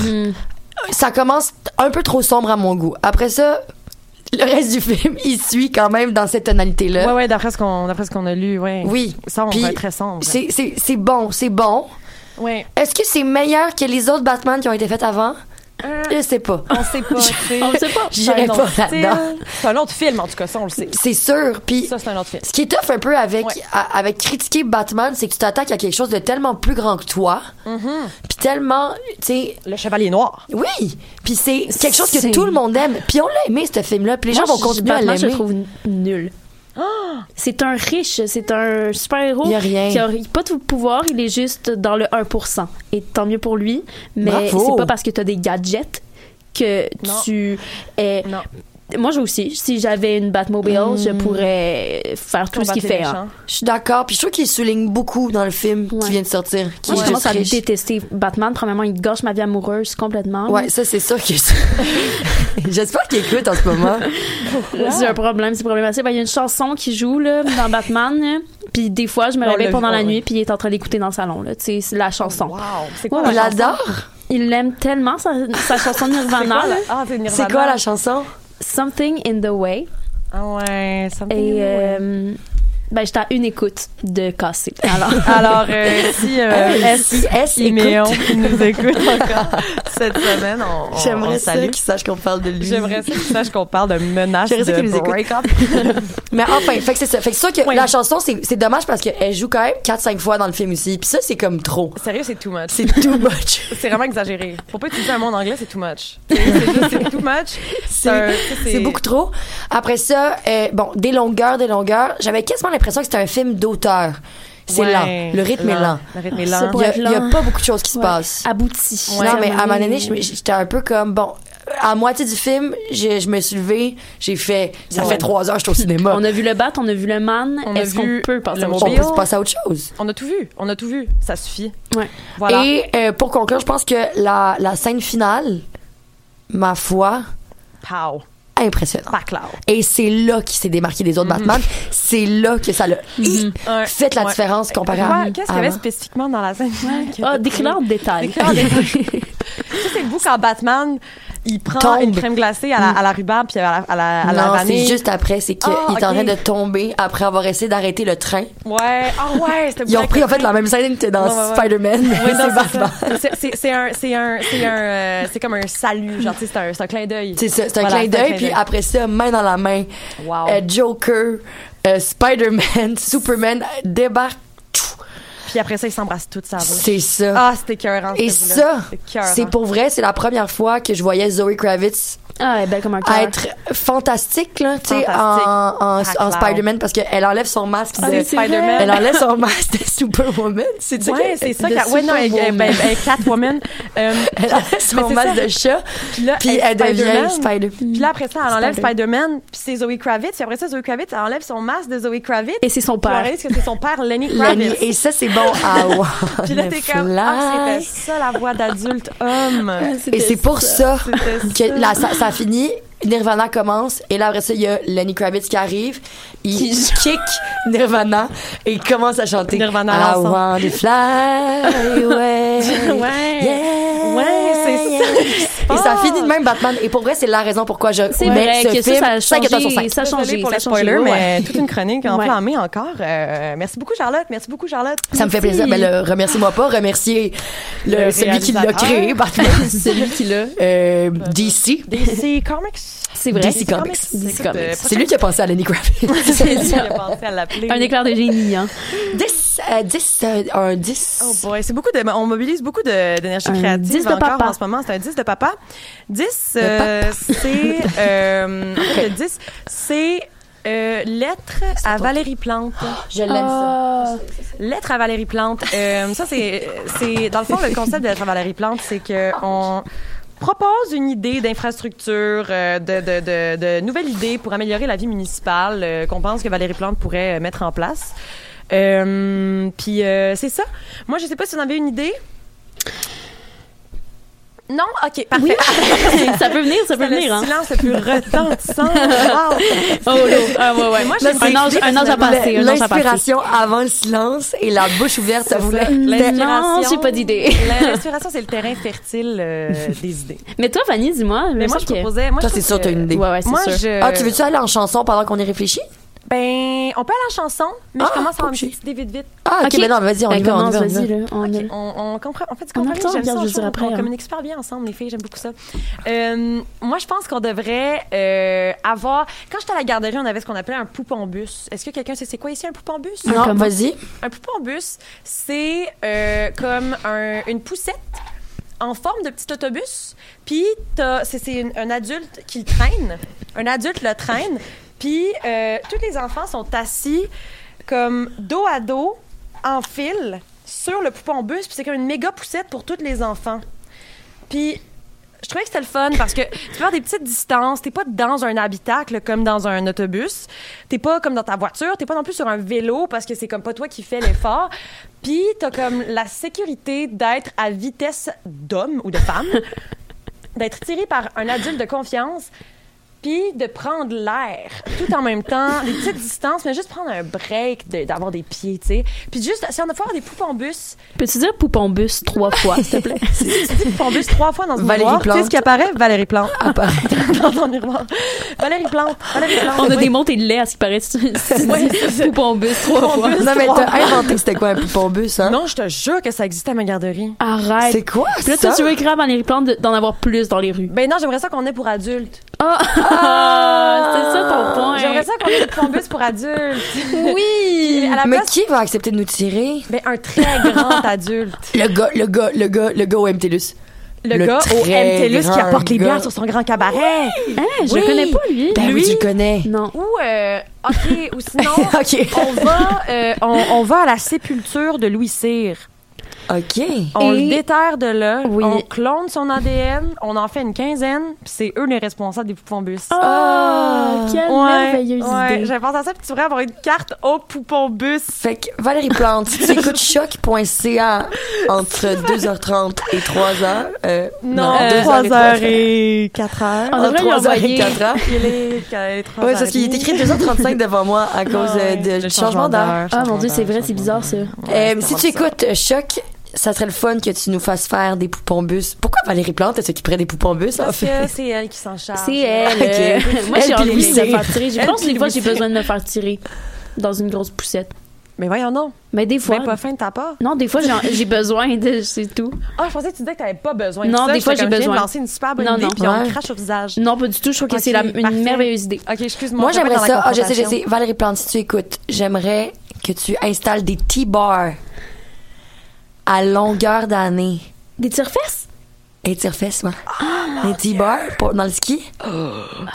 Speaker 3: ça commence un peu trop sombre à mon goût. Après ça, le reste du film, il suit quand même dans cette tonalité-là.
Speaker 1: ouais, ouais, d'après ce qu'on d'après ce qu'on a lu, ouais.
Speaker 3: Oui.
Speaker 1: Sombre,
Speaker 3: Puis,
Speaker 1: ouais, très sombre.
Speaker 3: C'est- C'est c'est bon, c'est bon.
Speaker 1: Ouais.
Speaker 3: Est-ce que c'est meilleur que les autres Batman qui ont été faits avant?
Speaker 1: Euh,
Speaker 3: Je sais pas.
Speaker 1: on sait pas. c'est-
Speaker 2: On sait pas.
Speaker 1: c'est un
Speaker 3: J'irai
Speaker 1: autre
Speaker 3: pas
Speaker 1: style.
Speaker 3: là-dedans.
Speaker 1: C'est un autre film, en tout cas, ça, on le sait.
Speaker 3: C'est sûr. Puis
Speaker 1: Ça, c'est un autre film.
Speaker 3: ce qui est tough un peu avec,
Speaker 1: Ouais.
Speaker 3: à- avec critiquer Batman, c'est que tu t'attaques à quelque chose de tellement plus grand que toi.
Speaker 1: Mm-hmm.
Speaker 3: Puis tellement, tu sais,
Speaker 1: Le Chevalier Noir.
Speaker 3: Oui, puis c'est quelque chose
Speaker 2: C'est-
Speaker 3: que tout le monde aime. Puis on l'a aimé ce film-là, puis les gens
Speaker 2: Moi,
Speaker 3: vont
Speaker 2: je-
Speaker 3: continuer à
Speaker 2: Batman, je le
Speaker 3: l'aimer.
Speaker 2: trouve n- nul. Ah! C'est un riche, c'est un super-héros
Speaker 3: Il y a rien.
Speaker 2: qui a pas tout le pouvoir, il est juste dans le 1%. Et tant mieux pour lui, mais
Speaker 3: Bravo.
Speaker 2: c'est pas parce que t'as des gadgets que
Speaker 1: Non.
Speaker 2: tu es...
Speaker 1: Non.
Speaker 2: Moi, j'ai aussi. Si j'avais une Batmobile, je pourrais faire tout ce qu'il
Speaker 1: Combattre les
Speaker 2: fait. hein.
Speaker 1: méchants.
Speaker 3: Je suis d'accord, puis je trouve qu'il souligne beaucoup dans le film
Speaker 2: Ouais.
Speaker 3: qui vient de sortir, qui
Speaker 2: Moi,
Speaker 3: est juste
Speaker 2: je commence à
Speaker 3: riche.
Speaker 2: détester Batman. Premièrement, il gâche ma vie amoureuse complètement.
Speaker 3: Ouais, ça c'est sûr que J'espère qu'il écoute en ce moment.
Speaker 2: C'est un problème, c'est problématique. Ben, Il y a une chanson qui joue là, dans Batman, là. puis des fois, je me
Speaker 1: On
Speaker 2: réveille
Speaker 1: l'a
Speaker 2: pendant
Speaker 1: vu,
Speaker 2: la
Speaker 1: ouais,
Speaker 2: nuit,
Speaker 1: ouais.
Speaker 2: puis il est en train d'écouter dans le salon. là. Tu sais, C'est la chanson.
Speaker 1: Wow. C'est quoi,
Speaker 2: Ouais,
Speaker 3: Il
Speaker 1: la chanson?
Speaker 3: adore.
Speaker 2: Il l'aime tellement, sa, sa chanson de
Speaker 1: C'est
Speaker 2: Nirvana,
Speaker 1: quoi la-
Speaker 2: là.
Speaker 1: Ah, c'est Nirvana.
Speaker 3: C'est quoi la chanson
Speaker 2: Something in the Way.
Speaker 1: Ah ouais, ça me
Speaker 2: Et euh, ben, j'étais à une écoute de casser. Alors,
Speaker 1: Alors, euh, si
Speaker 3: Ah
Speaker 1: euh, S,
Speaker 3: si S
Speaker 1: Iméon nous écoute encore cette semaine, on, on- on
Speaker 3: J'aimerais ça
Speaker 1: salue.
Speaker 3: qu'il sache qu'on parle de lui.
Speaker 1: J'aimerais ça que tu saches qu'on parle de menaces
Speaker 3: J'aimerais ça qu'il nous
Speaker 1: de
Speaker 3: écoute.
Speaker 1: break-up.
Speaker 3: Mais enfin, fait que c'est ça. Fait que c'est sûr que
Speaker 1: Ouais.
Speaker 3: la chanson, c'est c'est dommage parce qu'elle joue quand même 4-5 fois dans le film aussi. Puis ça, c'est comme trop.
Speaker 1: Sérieux, c'est too much.
Speaker 3: C'est too much.
Speaker 1: C'est vraiment exagéré. Pour pas utiliser un mot en anglais, c'est too much. C'est juste- c'est too much. C'est un- c'est-
Speaker 3: C'est beaucoup trop. Après ça, euh, bon, des longueurs, des longueurs. J'avais quasiment l'impression que c'était un film d'auteur. C'est
Speaker 1: Ouais.
Speaker 3: lent. Le rythme est lent.
Speaker 1: Le rythme est
Speaker 2: Ça
Speaker 1: lent.
Speaker 2: pourrait-
Speaker 3: Il y, a,
Speaker 2: être
Speaker 3: il y a
Speaker 2: lent.
Speaker 3: pas beaucoup de choses qui se
Speaker 2: ouais,
Speaker 3: passent.
Speaker 2: abouti.
Speaker 3: non, mais à un moment donné, je- j'étais un peu comme, bon, à moitié du film, je, je me suis levée, j'ai fait, ça
Speaker 1: Ouais.
Speaker 3: fait trois heures, je suis au cinéma.
Speaker 2: On a vu le bat, on a vu le man.
Speaker 1: On a
Speaker 2: Est-ce qu'on
Speaker 1: vu
Speaker 2: peut passer
Speaker 1: le
Speaker 2: à autre
Speaker 3: On
Speaker 2: chose?
Speaker 3: peut se passer à autre chose.
Speaker 1: On a tout vu. On a tout vu. Ça suffit.
Speaker 2: Ouais.
Speaker 1: Voilà.
Speaker 3: Et euh, pour conclure, je pense que la, la scène finale, ma foi,
Speaker 1: Pow.
Speaker 3: impressionnante.
Speaker 1: Back loud.
Speaker 3: Et c'est là qu'il s'est démarqué des autres Batman. C'est là que ça l'a
Speaker 1: Mm-hmm. Ouais.
Speaker 3: fait la
Speaker 1: Ouais.
Speaker 3: différence comparé à.
Speaker 1: Quoi- Qu'est-ce qu'il y avait
Speaker 3: avant. Ah,
Speaker 1: spécifiquement dans la scène?
Speaker 2: Ah, décris-le en détail.
Speaker 1: Décris-le en détail. Ça, c'est le bout quand Batman il prend
Speaker 3: Tombe.
Speaker 1: une crème glacée à la, à la rhubarbe puis à la, à la, à la
Speaker 3: non, c'est
Speaker 1: vanille.
Speaker 3: juste après, c'est qu'il est en
Speaker 1: Ah, ok.
Speaker 3: train de tomber après avoir essayé d'arrêter le train.
Speaker 1: Ouais. Ah ouais, c'était
Speaker 3: Ils ont
Speaker 1: bien
Speaker 3: pris en fait
Speaker 1: compris.
Speaker 3: la même scène que dans
Speaker 1: Ouais, ouais, ouais.
Speaker 3: Spider-Man.
Speaker 1: Ouais, non,
Speaker 3: c'est
Speaker 1: c'est
Speaker 3: Batman.
Speaker 1: ça. C'est- c'est- c'est un, c'est un, c'est un, euh, c'est comme un salut, genre, tu sais, c'est un, c'est un clin d'œil.
Speaker 3: C'est ça, c'est un
Speaker 1: Voilà,
Speaker 3: clin d'œil. Puis après ça, main dans la main,
Speaker 1: Wow.
Speaker 3: euh, Joker, euh, Spider-Man, Superman euh, débarquent. Tchou!
Speaker 1: Puis après ça, ils s'embrassent toute sa route.
Speaker 3: C'est ça.
Speaker 1: Ah, c'était écœurant.
Speaker 3: Et
Speaker 1: ce
Speaker 3: ça,
Speaker 1: bout-là. écœurant.
Speaker 3: c'est pour vrai, c'est la première fois que je voyais Zoe Kravitz
Speaker 2: Ah, elle est belle comme un cœur.
Speaker 3: à être fantastique, là, tu sais,
Speaker 1: Fantastique.
Speaker 3: en, en,
Speaker 1: Ah,
Speaker 3: en
Speaker 1: clair.
Speaker 3: Spider-Man parce qu'elle enlève son masque
Speaker 1: Ah,
Speaker 3: de-
Speaker 1: c'est Spider-Man.
Speaker 3: Elle enlève son masque de Superwoman. C'est ça
Speaker 1: Ouais,
Speaker 3: que-
Speaker 1: c'est ça.
Speaker 3: de
Speaker 1: qu'elle- Ouais, non, elle, elle,
Speaker 3: Superwoman.
Speaker 1: ben, elle est Catwoman. Euh,
Speaker 3: Elle enlève son
Speaker 1: c'est
Speaker 3: masque
Speaker 1: ça.
Speaker 3: de chat,
Speaker 1: puis là,
Speaker 3: puis elle
Speaker 1: est
Speaker 3: devient
Speaker 1: Spider-Man.
Speaker 3: Spider.
Speaker 1: Puis là, après ça, elle enlève
Speaker 3: Spider.
Speaker 1: Spider-Man, puis c'est Zoe Kravitz. Puis après ça, Zoe Kravitz, elle enlève son masque de Zoe Kravitz.
Speaker 2: Et c'est son
Speaker 1: Puis on
Speaker 2: père.
Speaker 1: réalise que c'est son père, Lenny
Speaker 3: Lenny.
Speaker 1: Kravitz.
Speaker 3: Et ça, c'est bon. Ah, wow.
Speaker 1: Puis là, t'es comme, ah, c'était ça la voix d'adulte homme.
Speaker 3: Et c'est pour ça
Speaker 1: C'était
Speaker 3: que
Speaker 1: ça.
Speaker 3: là, ça, ça finit. Nirvana commence et là après ça il y a Lenny Kravitz qui arrive, il kick Nirvana et il commence à chanter
Speaker 1: Nirvana
Speaker 3: I
Speaker 1: l'ensemble.
Speaker 3: want to fly away.
Speaker 1: Ouais.
Speaker 3: Yeah,
Speaker 1: Ouais, c'est ça.
Speaker 3: Et ça finit de même Batman et pour vrai c'est la raison pourquoi je
Speaker 2: C'est
Speaker 3: mets
Speaker 2: vrai
Speaker 3: ce
Speaker 2: que
Speaker 3: film
Speaker 2: ça, ça a
Speaker 3: 5 étoiles sur cinq.
Speaker 2: changé. Ça a changé.
Speaker 1: Désolée pour
Speaker 2: ça
Speaker 1: les
Speaker 2: a changé,
Speaker 1: spoilers,
Speaker 2: ouais.
Speaker 1: mais toute une chronique enflammée encore. Euh, merci beaucoup, Charlotte. Merci beaucoup, Charlotte.
Speaker 3: Ça me fait plaisir. Ben, le, remerciez-moi pas, remerciez le,
Speaker 1: Le
Speaker 3: celui qui l'a
Speaker 1: réalisateur.
Speaker 3: créé, Batman, celui qui l'a, euh, DC.
Speaker 1: DC Comics.
Speaker 2: C'est vrai.
Speaker 3: DC Comics.
Speaker 2: DC
Speaker 1: Écoute, euh,
Speaker 2: Comics.
Speaker 3: C'est lui qui a pensé à Lenny Kravitz.
Speaker 2: C'est
Speaker 1: J'ai
Speaker 2: ça.
Speaker 1: pensé à l'appeler.
Speaker 2: Un éclair de génie, hein.
Speaker 3: 10, euh, 10, euh, un 10.
Speaker 1: Oh boy, c'est beaucoup de, on mobilise beaucoup de- d'énergie
Speaker 2: Un
Speaker 1: créative
Speaker 2: 10 de
Speaker 1: encore
Speaker 2: papa.
Speaker 1: en ce moment. C'est un 10 de papa. 10, euh, c'est, euh, en fait, le 10, c'est, euh, lettre à Valérie Plante.
Speaker 3: Je l'aime
Speaker 2: Euh, Ah.
Speaker 1: Lettre à Valérie Plante. Euh, ça, c'est, c'est, dans le fond, le concept de lettre à Valérie Plante, c'est que on propose une idée d'infrastructure, euh, de, de, de, de nouvelles idées pour améliorer la vie municipale euh, qu'on pense que Valérie Plante pourrait euh, mettre en place. Euh, Puis euh, c'est ça. Moi, je sais pas si vous en avez une idée. Non? OK, parfait.
Speaker 2: ça peut venir, ça peut
Speaker 1: le
Speaker 2: venir, hein.
Speaker 1: silence le plus retentissant. Wow.
Speaker 2: Oh, l'eau. Ah, ouais, ouais.
Speaker 1: Moi, j'ai
Speaker 2: un
Speaker 1: une
Speaker 2: âge,
Speaker 1: idée,
Speaker 2: un âge à
Speaker 1: finalement.
Speaker 2: passer, un âge à passer.
Speaker 3: L'inspiration avant le silence et la bouche ouverte, ça voulait.
Speaker 2: Non, j'ai pas d'idée.
Speaker 1: L'inspiration, c'est le terrain fertile euh, des idées.
Speaker 2: Mais toi, Fanny, dis-moi. il me
Speaker 1: Mais moi, je
Speaker 2: semble que-
Speaker 1: proposais. Moi,
Speaker 3: Toi,
Speaker 1: je
Speaker 3: c'est
Speaker 1: trouve
Speaker 3: sûr,
Speaker 1: que-
Speaker 3: t'as une idée.
Speaker 2: Ouais, ouais, c'est
Speaker 1: Moi,
Speaker 2: sûr.
Speaker 1: je.
Speaker 3: Ah, tu veux-tu aller en chanson pendant qu'on y réfléchit?
Speaker 1: Ben, on peut aller en chanson, mais
Speaker 3: Ah,
Speaker 1: je commence
Speaker 3: pas
Speaker 1: en
Speaker 3: obligé.
Speaker 1: petite idée vite vite.
Speaker 3: Ah, ok,
Speaker 2: Ok.
Speaker 3: ben non, vas-y, on y
Speaker 2: Elle
Speaker 3: va, on y
Speaker 2: commence,
Speaker 3: va. on y
Speaker 2: vas-y,
Speaker 3: va.
Speaker 2: là. On y va.
Speaker 1: On, on comprend. En fait, tu
Speaker 2: On
Speaker 1: comprends.
Speaker 2: attend,
Speaker 1: j'aime
Speaker 2: regarde,
Speaker 1: ça,
Speaker 2: je
Speaker 1: trouve
Speaker 2: dirai après,
Speaker 1: qu'on
Speaker 2: hein.
Speaker 1: communique super bien ensemble, les filles. J'aime beaucoup ça. Euh, moi, je pense qu'on devrait euh, avoir. Quand j'étais à la garderie, on avait ce qu'on appelait un poupon bus. Est-ce que quelqu'un sait c'est quoi ici un poupon bus
Speaker 3: Non,
Speaker 2: Comment?
Speaker 3: vas-y.
Speaker 1: Un poupon bus, c'est euh, comme un- une poussette en forme de petit autobus. Puis t'as- c'est c'est une- un adulte qui le traîne. Un adulte le traîne. Puis euh, tous les enfants sont assis comme dos à dos, en file, sur le poupon bus. Puis c'est comme une méga poussette pour tous les enfants. Puis je trouvais que c'était le fun parce que tu peux faire des petites distances. T'es pas dans un habitacle comme dans un autobus. T'es pas comme dans ta voiture. T'es pas non plus sur un vélo parce que c'est comme pas toi qui fais l'effort. Puis t'as comme la sécurité d'être à vitesse d'homme ou de femme, d'être tiré par un adulte de confiance, puis de prendre l'air tout en même temps, des petites distances, mais juste prendre un break, de- d'avoir des pieds, tu sais. Puis juste, si on a pas des poupons bus,
Speaker 2: Peux-tu dire poupon bus trois fois, s'il te plaît?
Speaker 1: poupons bus trois fois dans un
Speaker 3: Valérie
Speaker 1: miroir, tu sais
Speaker 3: Plante.
Speaker 1: ce qui apparaît? Valérie Plante.
Speaker 3: À part.
Speaker 1: dans ton miroir. Valérie Plante. Valérie Plante.
Speaker 2: On
Speaker 1: Oui.
Speaker 2: a des montées de lait à ce qui paraît. si tu- si
Speaker 1: Ah,
Speaker 2: tu
Speaker 1: Ouais,
Speaker 2: dis
Speaker 1: c'est ça.
Speaker 2: Poupon bus trois
Speaker 1: Poupon
Speaker 2: fois.
Speaker 1: bus.
Speaker 3: Non, mais t'as inventé c'était quoi un poupon bus, hein?
Speaker 1: Non, je te jure que ça existait à ma garderie.
Speaker 2: Arrête.
Speaker 3: C'est quoi
Speaker 2: Puis là,
Speaker 3: ça?
Speaker 2: toi, tu veux écrire dans les plantes de- d'en avoir plus dans les rues.
Speaker 1: Ben non, j'aimerais ça qu'on ait pour adultes.
Speaker 2: Ah! C'est Ah. ça ton point.
Speaker 1: J'aimerais Ah, ça qu'on ait des poupons bus pour adultes.
Speaker 2: Oui!
Speaker 1: À la
Speaker 3: Mais
Speaker 1: place,
Speaker 3: qui va accepter de nous tirer?
Speaker 1: ben un très grand adulte.
Speaker 3: Le gars, le gars, le gars, le gars au MTLUS.
Speaker 1: Le,
Speaker 3: Le
Speaker 1: gars au
Speaker 3: très
Speaker 1: MTLUS qui
Speaker 3: grand
Speaker 1: apporte les
Speaker 3: gars.
Speaker 1: bières sur son grand cabaret.
Speaker 2: Hein, je
Speaker 1: Oui.
Speaker 2: le connais pas, lui.
Speaker 3: Ben oui,
Speaker 1: Lui?
Speaker 3: tu le connais.
Speaker 2: Non.
Speaker 1: Ou, euh, OK, ou sinon,
Speaker 3: ok.
Speaker 1: on va, euh, on, on va à la sépulture de Louis Cyr.
Speaker 3: Ok.
Speaker 1: On
Speaker 2: Et-
Speaker 1: le déterre de là,
Speaker 2: Oui.
Speaker 1: on clone son ADN, on en fait une quinzaine, puis c'est eux les responsables des poupons bus.
Speaker 3: Ah!
Speaker 2: Oh, quelle merveilleuse
Speaker 1: ouais,
Speaker 2: idée.
Speaker 1: J'avais pensé à ça, puis tu pourrais avoir une carte au poupon bus.
Speaker 3: Fait que Valérie Plante, tu écoutes choc.ca entre 2h30 et 3h. Euh,
Speaker 2: euh,
Speaker 3: deux heures et
Speaker 1: 3h
Speaker 3: trois heures.
Speaker 1: et 4h.
Speaker 2: On
Speaker 3: Entre
Speaker 2: devrait lui
Speaker 3: 3h et
Speaker 2: envoyer.
Speaker 3: 4h.
Speaker 1: Il est 4
Speaker 3: Oui, parce qu'il est écrit 2h35 devant moi à cause euh, de, du changement d'heure.
Speaker 2: Ah, mon Dieu, c'est vrai, c'est bizarre, ça.
Speaker 3: Euh, si tu écoutes euh, Choc, ça serait le fun que tu nous fasses faire des poupons bus. Pourquoi Valérie Plante est ce qui prête des poupons bus, en
Speaker 1: Parce que
Speaker 3: fait?
Speaker 1: c'est elle qui s'en charge.
Speaker 2: C'est elle.
Speaker 3: Ok.
Speaker 2: euh, Moi,
Speaker 3: Elle puis
Speaker 2: j'ai envie de
Speaker 3: Louis
Speaker 2: me
Speaker 3: C.
Speaker 2: faire tirer. Je
Speaker 1: Elle
Speaker 2: pense
Speaker 1: puis
Speaker 2: des fois,
Speaker 1: Louis
Speaker 2: j'ai
Speaker 1: C.
Speaker 2: besoin de me faire tirer dans une grosse poussette.
Speaker 1: Mais voyons non.
Speaker 2: Mais des
Speaker 1: Mais
Speaker 2: fois.
Speaker 1: Ben, pas fin de ta part.
Speaker 2: Non, des fois, j'ai- j'ai besoin de. C'est tout.
Speaker 1: Ah, je pensais que tu disais que t'avais pas besoin de
Speaker 2: Non,
Speaker 1: ça.
Speaker 2: des
Speaker 1: J'étais
Speaker 2: fois, j'ai
Speaker 1: comme, je viens de
Speaker 2: besoin.
Speaker 1: lancer une super bonne
Speaker 2: Non,
Speaker 1: idée,
Speaker 2: non.
Speaker 1: puis on
Speaker 3: Ouais.
Speaker 1: me crache au visage.
Speaker 2: Non, pas du tout. Je trouve que
Speaker 1: Ok,
Speaker 2: c'est la-
Speaker 1: parfait.
Speaker 2: une merveilleuse idée. Ah,
Speaker 1: OK, excuse-moi.
Speaker 3: Moi,
Speaker 1: t'as pas
Speaker 3: j'aimerais
Speaker 1: dans la
Speaker 3: ça. Ah, je sais, je
Speaker 1: confrontation.
Speaker 3: sais. Valérie Plante, si tu écoutes, j'aimerais que tu installes des T-bars à longueur d'année.
Speaker 2: Des tire-fesses?
Speaker 3: Et tire-fesses, moi. des T-bars pour- dans le ski.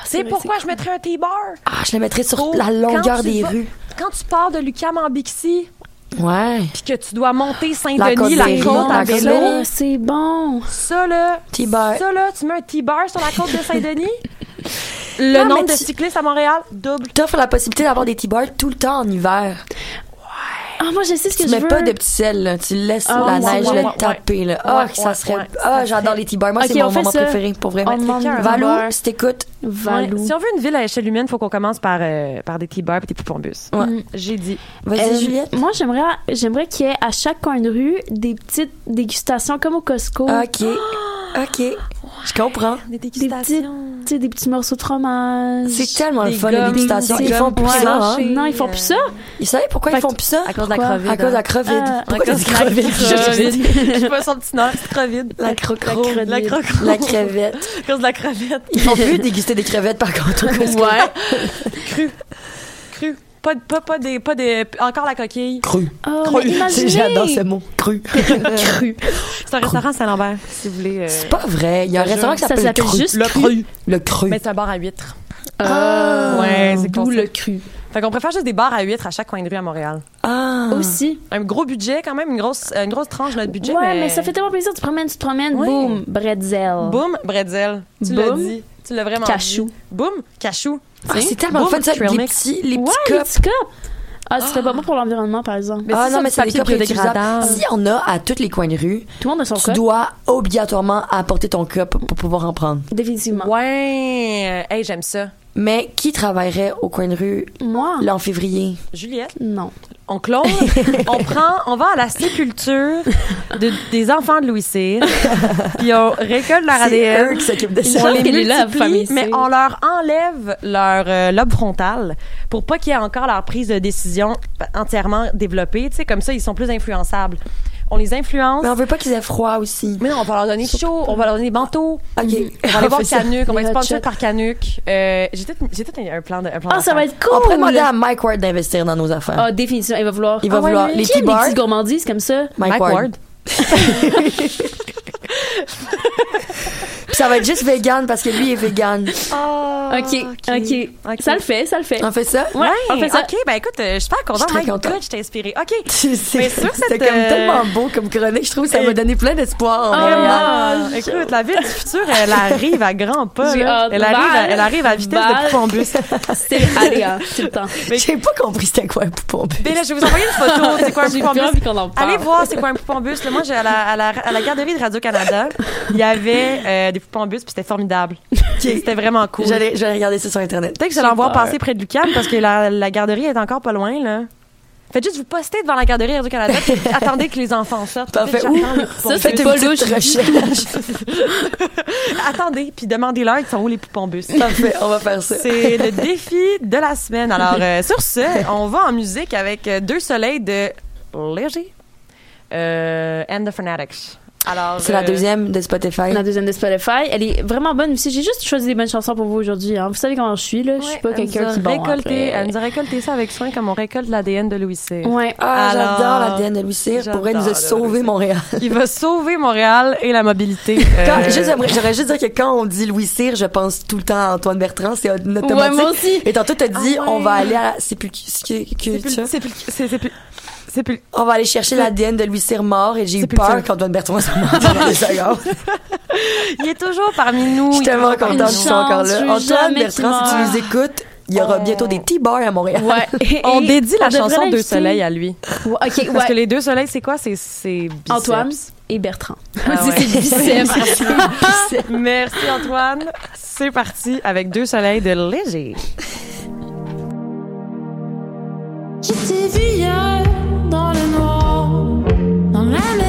Speaker 1: C'est pourquoi je mettrais un T-bar.
Speaker 3: Ah, je les mettrais sur
Speaker 1: Oh,
Speaker 3: la
Speaker 1: quand
Speaker 3: longueur
Speaker 1: tu
Speaker 3: des
Speaker 1: vas-
Speaker 3: rues.
Speaker 1: Quand tu pars de Lucam en Bixi,
Speaker 3: Ouais.
Speaker 1: puis que tu dois
Speaker 3: La
Speaker 1: monter
Speaker 3: côte
Speaker 1: Saint-Denis, la
Speaker 3: des
Speaker 1: côte
Speaker 3: Rives,
Speaker 1: à
Speaker 3: la côte des
Speaker 1: vélo,
Speaker 2: Ah, C'est bon.
Speaker 1: ça là,
Speaker 3: T-bar.
Speaker 1: ça là, tu mets un T-bar sur la côte de Saint-Denis, le
Speaker 3: Non,
Speaker 1: nombre
Speaker 3: mais
Speaker 1: de
Speaker 3: tu-
Speaker 1: cyclistes à Montréal, double.
Speaker 3: T'offres la possibilité d'avoir des T-bars tout le temps en hiver.
Speaker 2: Ah, moi, je sais ce que
Speaker 3: Tu
Speaker 2: je
Speaker 3: mets
Speaker 2: veux.
Speaker 3: pas de petits sel, là. Tu laisses
Speaker 2: Ah,
Speaker 3: la
Speaker 2: ouais,
Speaker 3: neige
Speaker 2: ouais,
Speaker 3: le
Speaker 1: ouais,
Speaker 3: taper, là. Ah,
Speaker 1: Ouais,
Speaker 3: que ça
Speaker 1: ouais,
Speaker 3: serait.
Speaker 1: ouais,
Speaker 3: Ah,
Speaker 1: ça
Speaker 3: j'adore les T-bars. Moi,
Speaker 2: Ok,
Speaker 3: c'est mon
Speaker 2: on fait
Speaker 3: moment
Speaker 2: ça.
Speaker 3: préféré, pour vrai.
Speaker 2: Oh, mon
Speaker 1: cœur.
Speaker 3: Valou,
Speaker 2: Dieu.
Speaker 3: si t'écoutes,
Speaker 2: Valou.
Speaker 1: Ouais. Si on veut une ville à échelle humaine, faut qu'on commence par, euh, par des T-bars et des poupons bus.
Speaker 3: Ouais.
Speaker 1: Mm. J'ai dit.
Speaker 3: vas-y,
Speaker 2: Euh,
Speaker 3: Juliette.
Speaker 2: Moi, j'aimerais, j'aimerais qu'il y ait à chaque coin de rue des petites dégustations comme au Costco.
Speaker 1: Ah,
Speaker 3: Ok. Ok. Je comprends.
Speaker 1: Des
Speaker 2: Des petites, tu sais, des petits morceaux de fromage.
Speaker 3: C'est tellement le
Speaker 1: des
Speaker 3: fun,
Speaker 1: gommes,
Speaker 3: les dégustations.
Speaker 2: des
Speaker 3: Ils font
Speaker 2: gommes
Speaker 3: plus ça, hein.
Speaker 1: planchées.
Speaker 2: Non, ils font plus ça.
Speaker 3: Ils savaient pourquoi ils
Speaker 2: Fait
Speaker 3: font
Speaker 2: que-
Speaker 3: plus ça?
Speaker 1: À cause de la
Speaker 2: Pourquoi?
Speaker 1: COVID.
Speaker 3: À cause de la COVID.
Speaker 2: Ah,
Speaker 3: Pourquoi t'as dit COVID?
Speaker 1: COVID.
Speaker 3: J'ai-
Speaker 1: Je sais pas son petit nom, la petite crevide.
Speaker 3: La crocro.
Speaker 2: La
Speaker 1: La crocro.
Speaker 3: La crevette.
Speaker 1: À cause de la crevette.
Speaker 3: Ils font plus déguster des crevettes, par contre. au Costco.
Speaker 2: Ouais.
Speaker 1: Cru. Pas, de- pas, pas des, pas des. Encore la coquille. Euh,
Speaker 3: Cru.
Speaker 2: Oh,
Speaker 3: Cru.
Speaker 2: mais imaginez.
Speaker 3: J'adore ce mot. Cru.
Speaker 2: Euh, cru.
Speaker 1: C'est un restaurant Saint-Lambert, si vous voulez. euh,
Speaker 3: C'est pas vrai. Il y a un
Speaker 1: Ça
Speaker 3: restaurant qui
Speaker 2: s'appelle
Speaker 3: s'appelle le cru.
Speaker 2: juste Cru.
Speaker 3: Le cru.
Speaker 1: Mais c'est un bar à huîtres.
Speaker 2: Ah.
Speaker 1: Ouais, c'est
Speaker 2: D'où
Speaker 1: cool.
Speaker 2: le cru.
Speaker 1: Fait qu'on préfère juste des bars à huîtres à chaque coin de rue à Montréal.
Speaker 2: Oh,
Speaker 3: Ah.
Speaker 2: Aussi.
Speaker 1: Un gros budget, quand même, une grosse, euh, une grosse tranche de notre budget.
Speaker 2: Ouais, mais... ça fait tellement plaisir. Tu te promènes, tu te promènes.
Speaker 1: Ouais.
Speaker 2: Boum. Bretzel.
Speaker 1: Boum, bretzel. Tu l'as
Speaker 2: Boum.
Speaker 1: dit. Tu l'as vraiment
Speaker 2: Cachou.
Speaker 1: dit. Boum, cachou.
Speaker 3: Ah, c'est tellement
Speaker 1: Boum,
Speaker 3: fun ça, avec
Speaker 1: trail
Speaker 3: les
Speaker 1: mix.
Speaker 3: petits, les petits
Speaker 2: Ouais, les
Speaker 3: cups.
Speaker 2: petits cups. Ah, ce serait pas bon pour l'environnement, par exemple.
Speaker 1: Mais
Speaker 3: ah
Speaker 1: c'est
Speaker 3: non,
Speaker 1: ça,
Speaker 3: mais
Speaker 1: du
Speaker 3: c'est des
Speaker 1: papier
Speaker 3: cups réutilisables.
Speaker 1: biodégradables.
Speaker 3: Si on a à tous les coins de rue,
Speaker 2: Tout le monde a son
Speaker 3: tu
Speaker 2: cup.
Speaker 3: dois obligatoirement apporter ton cup pour pouvoir en prendre.
Speaker 2: Définitivement.
Speaker 1: Ouais. Hey, j'aime ça.
Speaker 3: Mais qui travaillerait au coin de rue
Speaker 2: Moi,
Speaker 3: là en février?
Speaker 1: Juliette,
Speaker 2: non.
Speaker 1: on clone, on prend, on va à la sépulture de- des enfants de Louis Cyr, puis on récolte leur
Speaker 3: C'est
Speaker 1: ADN.
Speaker 3: eux qui s'occupent de
Speaker 1: on
Speaker 3: ça.
Speaker 1: les
Speaker 2: qu'elle est là, la
Speaker 1: multiplie,
Speaker 2: famille
Speaker 1: mais
Speaker 2: C.
Speaker 1: on leur enlève leur euh, lobe frontal pour pas qu'il y ait encore leur prise de décision entièrement développée. Tu sais, comme ça, ils sont plus influençables. On les influence.
Speaker 3: Mais on veut pas qu'ils aient froid aussi.
Speaker 1: Mais non, on va leur donner chaud, on va leur donner des manteaux,
Speaker 3: OK.
Speaker 1: on va aller voir
Speaker 3: fait ça.
Speaker 1: Canuc, on va
Speaker 2: Les
Speaker 1: être
Speaker 2: hot
Speaker 1: sponsorisé
Speaker 2: shots.
Speaker 1: par Canuc. Euh, J'ai tout j'ai tout un plan de. un plan
Speaker 2: Ah, ça va
Speaker 1: d'affaires.
Speaker 2: être
Speaker 3: On pourrait
Speaker 2: cool.
Speaker 3: demander à Mike Ward d'investir dans nos affaires.
Speaker 2: Ah, définitivement, il va vouloir.
Speaker 3: Il va
Speaker 2: Ah ouais,
Speaker 3: vouloir
Speaker 2: lui.
Speaker 3: les
Speaker 2: Qui aime les
Speaker 3: petits
Speaker 2: petites gourmandises comme ça?
Speaker 3: Mike,
Speaker 1: Mike
Speaker 3: Ward.
Speaker 1: Ward.
Speaker 3: Puis ça va être juste vegan parce que lui est vegan.
Speaker 1: Ah.
Speaker 2: ok, ok,
Speaker 1: ok.
Speaker 2: Ça le fait, ça le fait.
Speaker 3: On fait ça?
Speaker 2: Ouais, on fait ça.
Speaker 1: OK, ben écoute, euh, je suis pas contente.
Speaker 3: Je suis très
Speaker 1: My God,
Speaker 3: contente.
Speaker 1: je t'ai inspirée. OK.
Speaker 3: C'est
Speaker 1: Mais sûr,
Speaker 3: c'était
Speaker 1: cette,
Speaker 3: comme
Speaker 1: euh, Ah,
Speaker 3: tellement beau comme chronique. Je trouve que ça m'a donné plein d'espoir. en vrai. Ah,
Speaker 1: Vraiment. Euh, Écoute, la ville du futur, euh, elle arrive à grands pas.
Speaker 2: J'ai
Speaker 1: là.
Speaker 2: hâte.
Speaker 1: Elle arrive, à,
Speaker 2: Val,
Speaker 1: elle arrive à vitesse
Speaker 2: Val.
Speaker 1: de poupon bus.
Speaker 2: C'est allez, hein, tout le temps.
Speaker 3: J'ai pas compris c'était quoi un poupon.
Speaker 1: Mais Ben là, je vais vous envoyer une photo. Oh, C'est quoi un
Speaker 2: J'ai
Speaker 1: poupon
Speaker 2: plus envie
Speaker 1: bus?
Speaker 2: qu'on en parle.
Speaker 1: Allez voir c'est quoi un poupon bus. Là, moi, j'ai à la, à, la, à la garderie de Radio-Canada, il y avait euh, des poupons bus, puis c'était formidable. C'était vraiment cool.
Speaker 3: J'allais j'allais regarder ça sur Internet.
Speaker 1: Peut-être que je vais l'envoie passer près de Lucam parce que la, la garderie est encore pas loin, là. Faites juste vous poster devant la garderie Radio-Canada puis attendez que les enfants sortent.
Speaker 3: Parfait.
Speaker 1: Faites, j'attends les
Speaker 2: Ça,
Speaker 1: poupons
Speaker 2: c'est
Speaker 3: Faites une
Speaker 2: pas
Speaker 3: petite
Speaker 2: louche.
Speaker 3: recherche.
Speaker 1: bus. Attendez, puis demandez-leur, ils sont où les poupons bus?
Speaker 3: Parfait, on va faire ça.
Speaker 1: C'est le défi de la semaine. Alors, euh, sur ce, on va en musique avec euh, Deux Soleils de Léger euh, and the Fanatics. Alors,
Speaker 3: C'est la
Speaker 1: euh,
Speaker 3: deuxième de Spotify.
Speaker 2: La deuxième de Spotify, elle est vraiment bonne aussi. J'ai juste choisi des bonnes chansons pour vous aujourd'hui. hein. Vous savez comment je suis, là. Je suis
Speaker 1: ouais,
Speaker 2: pas
Speaker 1: elle nous
Speaker 2: quelqu'un
Speaker 1: a
Speaker 2: qui bon
Speaker 1: récolté- Elle
Speaker 2: après.
Speaker 1: nous a récolté ça avec soin comme on récolte l'ADN de Louis C.
Speaker 2: Ouais.
Speaker 3: Ah,
Speaker 1: Alors,
Speaker 3: j'adore la DN de Louis Cyr. Pour elle, nous a
Speaker 1: j'adore la Louis
Speaker 3: sauvé
Speaker 1: Cyr.
Speaker 3: Montréal.
Speaker 1: Il va sauver Montréal et la mobilité. Euh,
Speaker 3: Quand- juste, j'aimerais- J'aurais juste dire que quand on dit Louis Cyr, je pense tout le temps à Antoine Bertrand. C'est un automatique.
Speaker 2: Ouais, moi aussi.
Speaker 3: Et tantôt, t'as dit,
Speaker 1: Ah ouais.
Speaker 3: on va aller à la sépulture.
Speaker 1: c'est plus, c'est- c'est plus, c'est plus.
Speaker 3: On va aller chercher l'ADN de Louis Cyr mort. Et j'ai eu
Speaker 1: Sépulture.
Speaker 3: peur qu'Antoine Bertrand soit mort pendant des secondes.
Speaker 1: Il est toujours parmi nous.
Speaker 3: Je suis
Speaker 1: il est
Speaker 3: tellement
Speaker 1: toujours parmi
Speaker 3: contente
Speaker 2: une
Speaker 3: qu'ils soient encore
Speaker 2: chance,
Speaker 3: là.
Speaker 2: je veux
Speaker 3: Antoine
Speaker 2: jamais
Speaker 3: Bertrand, si
Speaker 2: qu'il
Speaker 3: tu
Speaker 2: meure.
Speaker 3: nous écoutes, il y aura bientôt des T-bars à Montréal.
Speaker 2: Ouais. Et-
Speaker 1: nous. On dédie la
Speaker 2: on devrait
Speaker 1: chanson Deux
Speaker 2: l'inviter.
Speaker 1: Soleils à lui.
Speaker 2: Ouais, Ok, ouais.
Speaker 1: Parce que les Deux Soleils, c'est quoi? C'est, c'est biceps.
Speaker 2: Antoine et Bertrand.
Speaker 1: Ah ouais.
Speaker 2: C'est biceps.
Speaker 1: Merci Antoine. C'est parti avec Deux Soleils de Léger.
Speaker 4: Je t'ai vu hier dans le noir, dans la mélancolie.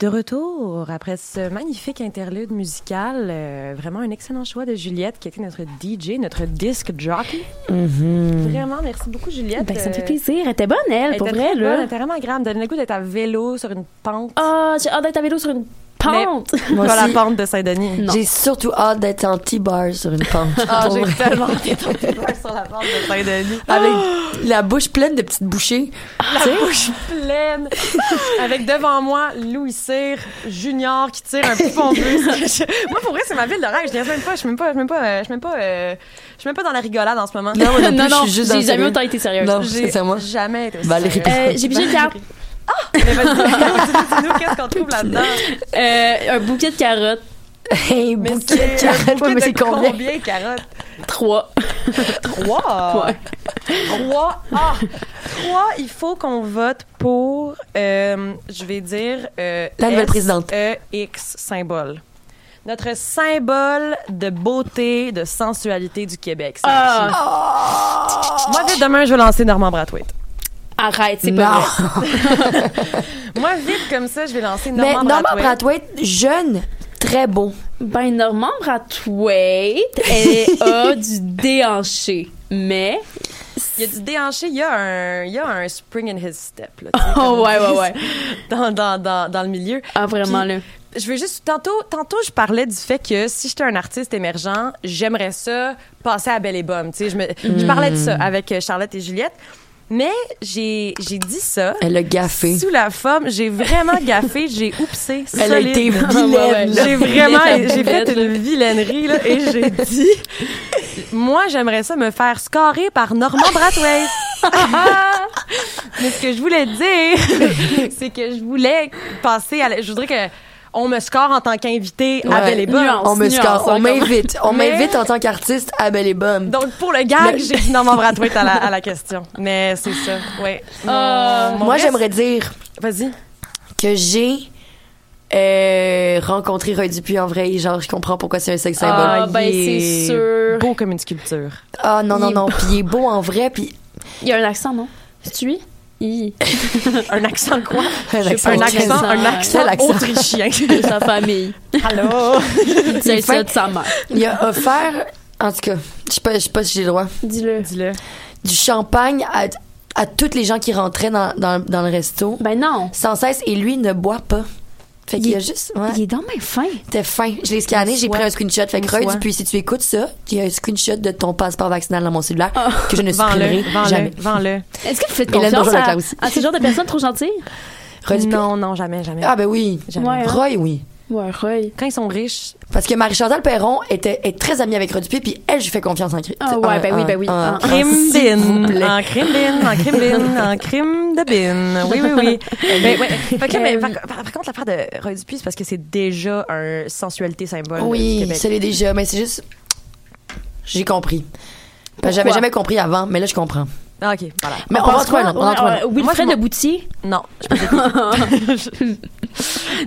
Speaker 1: De retour après ce magnifique interlude musical, euh, vraiment un excellent choix de Juliette qui était notre DJ, notre disc jockey. Vraiment, merci beaucoup Juliette.
Speaker 2: Mm-hmm. Ben, ça me fait
Speaker 1: Euh,
Speaker 2: plaisir. Elle était bonne, elle,
Speaker 1: elle
Speaker 2: pour
Speaker 1: était
Speaker 2: vrai,
Speaker 1: très bonne, elle
Speaker 2: là.
Speaker 1: était vraiment agréable. Donne le goût d'être à vélo sur une pente.
Speaker 2: Ah, j'ai hâte d'être à vélo sur une pente.
Speaker 3: Moi
Speaker 1: pas
Speaker 3: aussi.
Speaker 1: la pente de Saint-Denis.
Speaker 2: Non.
Speaker 3: J'ai surtout hâte d'être en T-bar sur une pente.
Speaker 1: Ah,
Speaker 3: Pour vrai.
Speaker 1: tellement envie d'être sur la pente de Saint-Denis.
Speaker 3: Avec la bouche pleine de petites bouchées.
Speaker 1: Ah! La bouche pleine. Avec devant moi Louis Cyr Junior qui tire un poupon bleu. moi, pour vrai, c'est ma ville de rêve. Je niaise même pas. Je suis même pas, je suis même pas, euh, je suis même pas, euh, je suis même pas dans la rigolade en ce moment. Euh,
Speaker 3: Non, moi non,
Speaker 2: non,
Speaker 3: plus,
Speaker 2: non,
Speaker 3: je suis juste dans
Speaker 2: j'ai
Speaker 3: le
Speaker 2: jamais
Speaker 3: sérieux.
Speaker 2: autant été sérieuse.
Speaker 3: Non,
Speaker 1: J'ai
Speaker 3: c'est ça, moi.
Speaker 1: Jamais été aussi
Speaker 3: Valérie
Speaker 1: sérieuse. Euh,
Speaker 2: Euh, j'ai pigé une carte.
Speaker 1: Mais vas-y, dis-nous, dis-nous, qu'est-ce qu'on trouve là-dedans?
Speaker 2: Euh, un bouquet de carottes.
Speaker 3: Hey, bouquet de
Speaker 1: un
Speaker 3: carottes,
Speaker 1: bouquet
Speaker 3: mais
Speaker 1: de
Speaker 3: c'est combien?
Speaker 1: carottes?
Speaker 2: Trois.
Speaker 1: Trois! Trois! Ah! Trois, il faut qu'on vote pour, euh, je vais dire... euh,
Speaker 3: La nouvelle
Speaker 1: S,
Speaker 3: présidente.
Speaker 1: E, X, symbole. Notre symbole de beauté, de sensualité du Québec. c'est
Speaker 2: Ah,
Speaker 1: ici. Moi, vite, demain, je vais lancer Normand Brathwaite.
Speaker 2: arrête, c'est
Speaker 3: Non.
Speaker 2: pas vrai.
Speaker 1: Moi, vite, comme ça, je vais lancer
Speaker 3: Mais
Speaker 1: Normand
Speaker 3: Norman
Speaker 1: Brathwaite.
Speaker 3: Brathwaite, jeune, très beau.
Speaker 2: Ben, Normand Brathwaite, elle a du déhanché. Mais.
Speaker 1: Il y a du déhanché, il y a un, il y a un spring in his step. là, tu sais,
Speaker 2: Oh,
Speaker 1: comme
Speaker 2: ouais,
Speaker 1: on
Speaker 2: ouais,
Speaker 1: dit
Speaker 2: ouais.
Speaker 1: Dans, dans, dans, dans le milieu.
Speaker 2: Ah, vraiment, là.
Speaker 1: Je veux juste tantôt tantôt je parlais du fait que si j'étais un artiste émergent, j'aimerais ça passer à Belle et Bomme, tu sais, je me je parlais de ça avec euh, Charlotte et Juliette, mais j'ai j'ai dit ça
Speaker 3: Elle a gaffé.
Speaker 1: sous la forme, j'ai vraiment gaffé, j'ai oupsé.
Speaker 3: Elle a
Speaker 1: solide. Ah,
Speaker 3: été
Speaker 2: ouais, ouais.
Speaker 3: vilaine. là.
Speaker 1: J'ai vraiment,
Speaker 2: Vilaine,
Speaker 1: j'ai fait une vilainerie là, et j'ai dit, moi j'aimerais ça me faire scorer par Normand Brathwaite. Mais ce que je voulais dire, c'est que je voulais passer à, la- je voudrais que on me score en tant qu'invité à
Speaker 3: Ouais.
Speaker 1: Belle et Bonne.
Speaker 2: Nuance.
Speaker 3: On me
Speaker 2: nuance,
Speaker 3: score,
Speaker 2: hein,
Speaker 3: on m'invite. On
Speaker 1: Mais-
Speaker 3: m'invite en tant qu'artiste à Belle et Bomme.
Speaker 1: Donc pour le gag,
Speaker 3: Mais-
Speaker 1: j'ai dit Normand Brathwaite à la, à la question. Mais c'est ça, ouais.
Speaker 2: Ah,
Speaker 1: Mon
Speaker 3: Euh, Moi,
Speaker 1: reste-
Speaker 3: j'aimerais dire
Speaker 1: Vas-y.
Speaker 3: que j'ai euh, rencontré Roy Dupuis en vrai. et Genre, je comprends pourquoi c'est un sex symbole.
Speaker 2: Ah,
Speaker 1: il
Speaker 2: ben,
Speaker 1: est
Speaker 2: c'est sûr.
Speaker 1: Beau comme une sculpture.
Speaker 3: Ah non, non,
Speaker 2: Il-
Speaker 3: non. Puis il est beau en vrai. Puis
Speaker 2: Il y a un accent, non? C'est lui? Il.
Speaker 1: Un accent quoi
Speaker 3: un accent.
Speaker 1: Un
Speaker 2: Son
Speaker 1: accent,
Speaker 2: accent,
Speaker 1: un accent,
Speaker 3: quel accent?
Speaker 1: autrichien.
Speaker 2: De sa famille.
Speaker 1: Allô.
Speaker 2: C'est
Speaker 3: fin.
Speaker 2: ça de sa mère.
Speaker 3: Il a offert, en tout cas, je sais pas, je sais pas si j'ai le droit,
Speaker 2: Dis-le.
Speaker 1: Dis-le.
Speaker 3: du champagne à, à toutes les gens qui rentraient dans, dans, dans le resto
Speaker 2: Ben, non.
Speaker 3: sans cesse. Et lui ne boit pas. Fait qu'il
Speaker 2: Il-
Speaker 3: a juste. Ouais.
Speaker 2: Il est dans ma fin.
Speaker 3: T'es fin. Je l'ai scanné, j'ai
Speaker 1: Soit.
Speaker 3: pris un screenshot. Fait que
Speaker 1: Soit.
Speaker 3: Roy, puis si tu écoutes ça, il y a un screenshot de ton passeport vaccinal dans mon cellulaire
Speaker 2: Ah.
Speaker 3: que je ne supprimerai
Speaker 1: Vends-le, vends-le,
Speaker 3: jamais.
Speaker 1: vends-le.
Speaker 2: Est-ce que vous faites
Speaker 3: Hélène,
Speaker 2: confiance
Speaker 3: bonjour,
Speaker 2: à,
Speaker 3: Claire aussi.
Speaker 2: à ce genre de personnes trop gentilles?
Speaker 3: Roy Dupuis-
Speaker 1: Non, non, jamais, jamais.
Speaker 3: Ah ben oui.
Speaker 1: Jamais.
Speaker 2: Ouais. hein.
Speaker 3: Roy, oui.
Speaker 2: Ouais, Roy.
Speaker 1: Quand ils sont riches,
Speaker 3: Parce que Marie-Chantal Perron était, est très amie avec Roy Dupuis, puis elle, je lui fais confiance en cri-
Speaker 2: Ah
Speaker 3: en-
Speaker 2: ouais, ben oui,
Speaker 3: en-
Speaker 2: ben oui.
Speaker 3: en-
Speaker 2: Ah,
Speaker 3: en-
Speaker 1: crime
Speaker 3: s'il vous
Speaker 1: bin,
Speaker 3: plaît.
Speaker 1: en crime bin, en crime bin, en crime de bin. Oui, oui, oui. mais, ouais. Fait que là, mais, par, par- par contre, l'affaire de Roy Dupuis, c'est parce que c'est déjà un sensualité symbole du
Speaker 3: Ah Oui,
Speaker 1: Québec.
Speaker 3: ça l'est déjà, mais c'est juste. J'ai compris. Parce que J'avais
Speaker 2: Pourquoi?
Speaker 3: jamais compris avant, mais là, je comprends.
Speaker 1: Ah, ok, voilà.
Speaker 3: Mais on, va en trouver un autre, on euh, va en trouver un autre.
Speaker 1: Moi,
Speaker 2: Wilfred
Speaker 1: je
Speaker 2: de Boutier?
Speaker 1: Non. je pense que-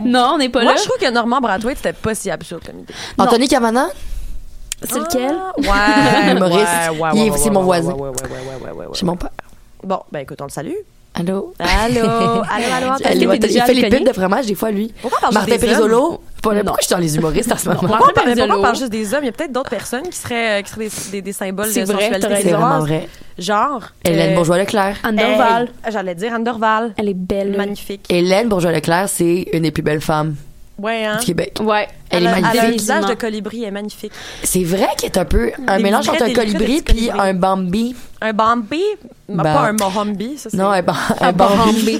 Speaker 2: Non, on n'est pas
Speaker 1: Moi,
Speaker 2: là.
Speaker 1: je trouve que Normand Brathwaite, c'était pas si absurde comme idée.
Speaker 2: Non.
Speaker 3: Anthony Cavana?
Speaker 2: C'est lequel?
Speaker 1: Ah, Ouais.
Speaker 3: Humoriste.
Speaker 1: ouais, ouais,
Speaker 3: Il est-
Speaker 1: ouais,
Speaker 3: c'est
Speaker 1: ouais,
Speaker 3: mon
Speaker 1: ouais,
Speaker 3: voisin.
Speaker 1: ouais, ouais, ouais, ouais, ouais, ouais, ouais.
Speaker 3: C'est mon père.
Speaker 1: Bon, ben écoute, on le salue.
Speaker 3: Allô?
Speaker 1: Allô, allô, allô,
Speaker 3: Elle
Speaker 2: que
Speaker 3: doit- il
Speaker 2: t'es déjà
Speaker 3: fait les
Speaker 2: allé
Speaker 3: pubs de fromage, des fois, lui.
Speaker 1: Pourquoi on parle
Speaker 3: Martin
Speaker 1: juste des hommes?
Speaker 3: Perisolo. Pourquoi
Speaker 2: Non.
Speaker 3: je suis dans les humoristes en ce moment?
Speaker 2: Martin
Speaker 1: Pourquoi on parle, pourquoi on
Speaker 2: Perisolo.
Speaker 1: parle juste des hommes? Il y a peut-être d'autres personnes qui seraient, euh, qui seraient des, des- des symboles de
Speaker 2: C'est vrai,
Speaker 1: sensualité.
Speaker 2: t'as raison.
Speaker 3: C'est vraiment
Speaker 1: québécoise.
Speaker 3: vrai.
Speaker 1: Genre.
Speaker 3: Hélène
Speaker 1: euh,
Speaker 3: Bourgeois-Leclerc.
Speaker 2: Anne
Speaker 1: hey,
Speaker 2: Dorval.
Speaker 1: J'allais dire Anne Dorval.
Speaker 2: Elle est belle.
Speaker 1: Magnifique.
Speaker 3: Hélène Bourgeois-Leclerc, c'est une des plus belles femmes
Speaker 1: Ouais, hein?
Speaker 3: du Québec.
Speaker 2: Ouais.
Speaker 3: Elle
Speaker 1: Elle
Speaker 3: est
Speaker 1: a- elle a un
Speaker 3: magnifique.
Speaker 1: visage de
Speaker 2: Définitivement.
Speaker 1: colibri, elle est magnifique.
Speaker 3: C'est vrai qu'elle est un peu un
Speaker 1: Des
Speaker 3: mélange
Speaker 1: vrais
Speaker 3: entre un
Speaker 1: délires de
Speaker 3: colibri
Speaker 1: petits
Speaker 3: puis
Speaker 1: colibris.
Speaker 3: un Bambi.
Speaker 1: Un Bambi,
Speaker 3: Bah.
Speaker 1: mais pas un Mohambi. Ça, c'est-
Speaker 3: Non, un, ba- un
Speaker 2: Un
Speaker 3: Bambi.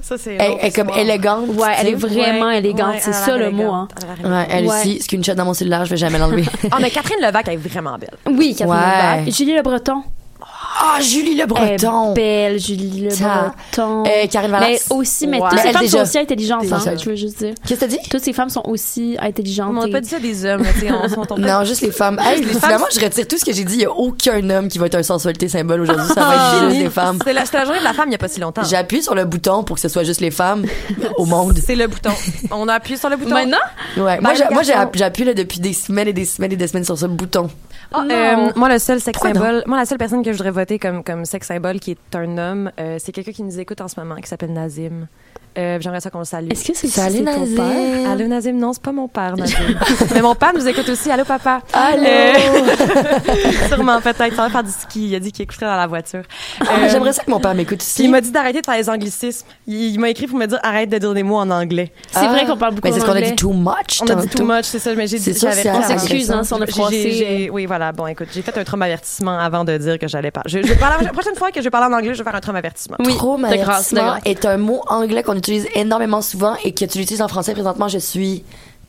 Speaker 1: ça, c'est.
Speaker 3: Elle,
Speaker 1: l'autre
Speaker 3: elle est comme
Speaker 1: histoire.
Speaker 3: élégante.
Speaker 2: Ouais, elle est
Speaker 3: tu sais.
Speaker 2: vraiment
Speaker 1: Ouais,
Speaker 2: élégante.
Speaker 1: ouais,
Speaker 2: c'est
Speaker 1: elle a
Speaker 2: ça
Speaker 1: l'air
Speaker 2: le mot. Hein.
Speaker 1: élégante. Elle a l'air élégante.
Speaker 3: Ouais, elle
Speaker 2: Ouais.
Speaker 3: aussi. C'est une chatte dans mon cellulaire, je vais jamais l'enlever.
Speaker 1: Ah, mais Catherine Levac, elle est vraiment belle.
Speaker 2: Oui, Catherine
Speaker 3: Ouais.
Speaker 2: Levac. Julie Le Breton.
Speaker 3: Ah, Julie Le
Speaker 2: Elle est
Speaker 3: Breton.
Speaker 2: belle, Julie Le
Speaker 3: Ça.
Speaker 2: Breton.
Speaker 3: Euh, Karine
Speaker 2: mais
Speaker 3: Vallas.
Speaker 2: aussi, mais
Speaker 1: Ouais.
Speaker 2: toutes
Speaker 3: Mais
Speaker 2: ces
Speaker 3: elle,
Speaker 2: femmes sont
Speaker 3: déjà.
Speaker 2: aussi intelligentes. hein,
Speaker 3: Déjà.
Speaker 2: je veux juste dire.
Speaker 3: Qu'est-ce que t'as dit?
Speaker 2: Toutes ces femmes sont aussi intelligentes.
Speaker 1: On n'a pas dit ça des hommes, tu sais. On, on, on-
Speaker 3: Non, juste les femmes. Hey,
Speaker 1: les femmes,
Speaker 3: finalement, je retire tout ce que j'ai dit. Il n'y a aucun homme qui va être un sensualité symbole aujourd'hui. Ça
Speaker 1: Ah.
Speaker 3: va être juste les femmes.
Speaker 1: C'était la, c'était la journée de la femme il n'y a pas si longtemps.
Speaker 3: J'ai appuyé sur le bouton pour que ce soit juste les femmes au monde.
Speaker 1: C'est le bouton. On a appuyé sur le bouton.
Speaker 2: Maintenant?
Speaker 3: Ouais. Moi,
Speaker 1: Ben,
Speaker 3: j'ai- moi, j'ai
Speaker 1: garçon.
Speaker 3: app- j'appuie là, depuis des semaines et des semaines et des semaines sur ce bouton.
Speaker 1: Ah,
Speaker 2: Non.
Speaker 1: euh, moi, le seul sex
Speaker 3: Pourquoi
Speaker 1: symbole, moi, la seule personne que je voudrais voter comme, comme sex symbole qui est un homme, euh, c'est quelqu'un qui nous écoute en ce moment, qui s'appelle Nazim. Euh, j'aimerais ça qu'on le salue.
Speaker 2: Est-ce que c'est
Speaker 3: Salut,
Speaker 2: c'est ton
Speaker 3: Nazim.
Speaker 2: père?
Speaker 1: Allô Nazim, non, c'est pas mon père, Nazim. Mais mon père nous écoute aussi. Allô papa.
Speaker 3: Allô.
Speaker 1: Euh, Sûrement peut-être. Ça va faire du ski. Il a dit qu'il écouterait dans la voiture.
Speaker 3: Ah,
Speaker 1: Euh,
Speaker 3: J'aimerais ça que mon père m'écoute
Speaker 1: puis il
Speaker 3: aussi.
Speaker 1: m'a dit d'arrêter de faire les anglicismes. Il, il m'a écrit pour me dire arrête de dire des mots en anglais.
Speaker 2: C'est vrai qu'on parle beaucoup
Speaker 3: Ah. Mais c'est ce
Speaker 2: en
Speaker 3: qu'on a
Speaker 2: anglais.
Speaker 3: dit too much.
Speaker 1: On a dit
Speaker 3: tantôt.
Speaker 1: too much, c'est ça, mais j'ai
Speaker 3: C'est
Speaker 1: dit
Speaker 3: ça,
Speaker 1: j'avais
Speaker 3: c'est
Speaker 1: pas
Speaker 2: On
Speaker 3: assez
Speaker 1: avant.
Speaker 2: s'excuse, hein, si on a
Speaker 1: J'ai- j'ai-
Speaker 2: froissé.
Speaker 1: j'ai- Oui, voilà. Bon, écoute, j'ai fait un trauma avertissement avant de dire que j'allais pas. Je, je vais parler- la prochaine fois que je vais parler en anglais, je vais faire un trauma avertissement.
Speaker 2: Oui,
Speaker 3: Trop
Speaker 2: de grâce, de grâce.
Speaker 3: est un mot anglais qu'on utilise énormément souvent et que tu l'utilises en français présentement. Je suis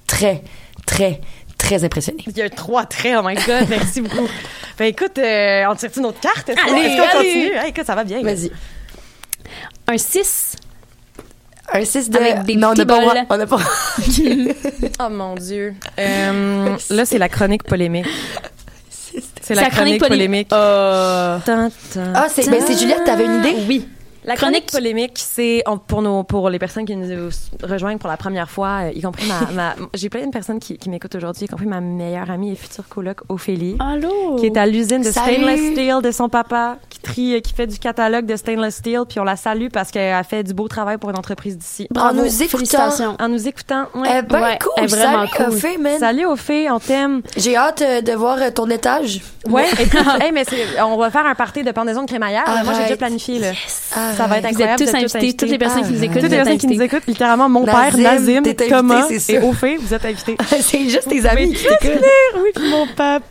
Speaker 3: très, très, très impressionnée.
Speaker 1: Il y a trois traits, oh my god, merci beaucoup. Ben écoute, euh, on tire-tu notre carte? Est-ce qu'on
Speaker 2: Allez,
Speaker 1: est-ce qu'on
Speaker 2: allez.
Speaker 1: continue? Ah, écoute, ça va bien.
Speaker 3: Vas-y.
Speaker 2: Un 6.
Speaker 3: Un 6 de.
Speaker 2: Avec des
Speaker 3: non, on n'a
Speaker 2: petits
Speaker 3: pas.
Speaker 2: bols.
Speaker 3: droit. On n'a pas.
Speaker 1: Oh mon dieu. Euh, là, c'est la chronique polémique. C'est la,
Speaker 2: C'est la
Speaker 1: chronique,
Speaker 2: chronique Oh.
Speaker 1: polémique. Tan, tan.
Speaker 3: Ah, c'est ben, c'est Juliette, t'avais une idée? Oui.
Speaker 1: La chronique polémique, c'est on- pour nos, pour les personnes qui nous rejoignent pour la première fois, euh, y compris ma, ma- j'ai plein de personnes qui, qui m'écoutent aujourd'hui, y compris ma meilleure amie et future coloc Ophélie,
Speaker 2: Allô?
Speaker 1: qui est à l'usine de
Speaker 3: Salut!
Speaker 1: stainless steel de son papa, qui trie, euh, qui fait du catalogue de stainless steel, puis on la salue parce qu'elle a fait du beau travail pour une entreprise d'ici.
Speaker 3: En
Speaker 2: Bravo,
Speaker 3: nous écoutant.
Speaker 2: félicitations.
Speaker 1: En nous écoutant, ouais.
Speaker 3: Eh ben,
Speaker 2: Ouais,
Speaker 3: cool.
Speaker 2: elle est vraiment
Speaker 3: Salut,
Speaker 2: cool.
Speaker 3: Ophé, man.
Speaker 1: Salut Ophée, on t'aime.
Speaker 3: J'ai hâte euh, de voir euh, ton étage.
Speaker 1: Ouais, écoute, hey, mais c'est- on va faire un party de pendaison de crémaillère. Moi, j'ai
Speaker 3: Arrête.
Speaker 1: déjà planifié. Là.
Speaker 3: Arrête.
Speaker 1: Ça va être
Speaker 2: Vous êtes
Speaker 1: incroyable.
Speaker 2: tous invités, toutes les personnes qui nous écoutent.
Speaker 1: Ah. Toutes les
Speaker 2: vous êtes
Speaker 1: personnes qui nous
Speaker 2: invités.
Speaker 1: écoutent, littéralement mon
Speaker 3: Nazim,
Speaker 1: père, Nazim,
Speaker 3: t'es invité,
Speaker 1: Thomas
Speaker 3: c'est
Speaker 1: et
Speaker 3: sûr.
Speaker 1: Ophé, vous êtes invités.
Speaker 3: c'est juste tes amis qui t'écoutent.
Speaker 1: Oui, puis mon papa.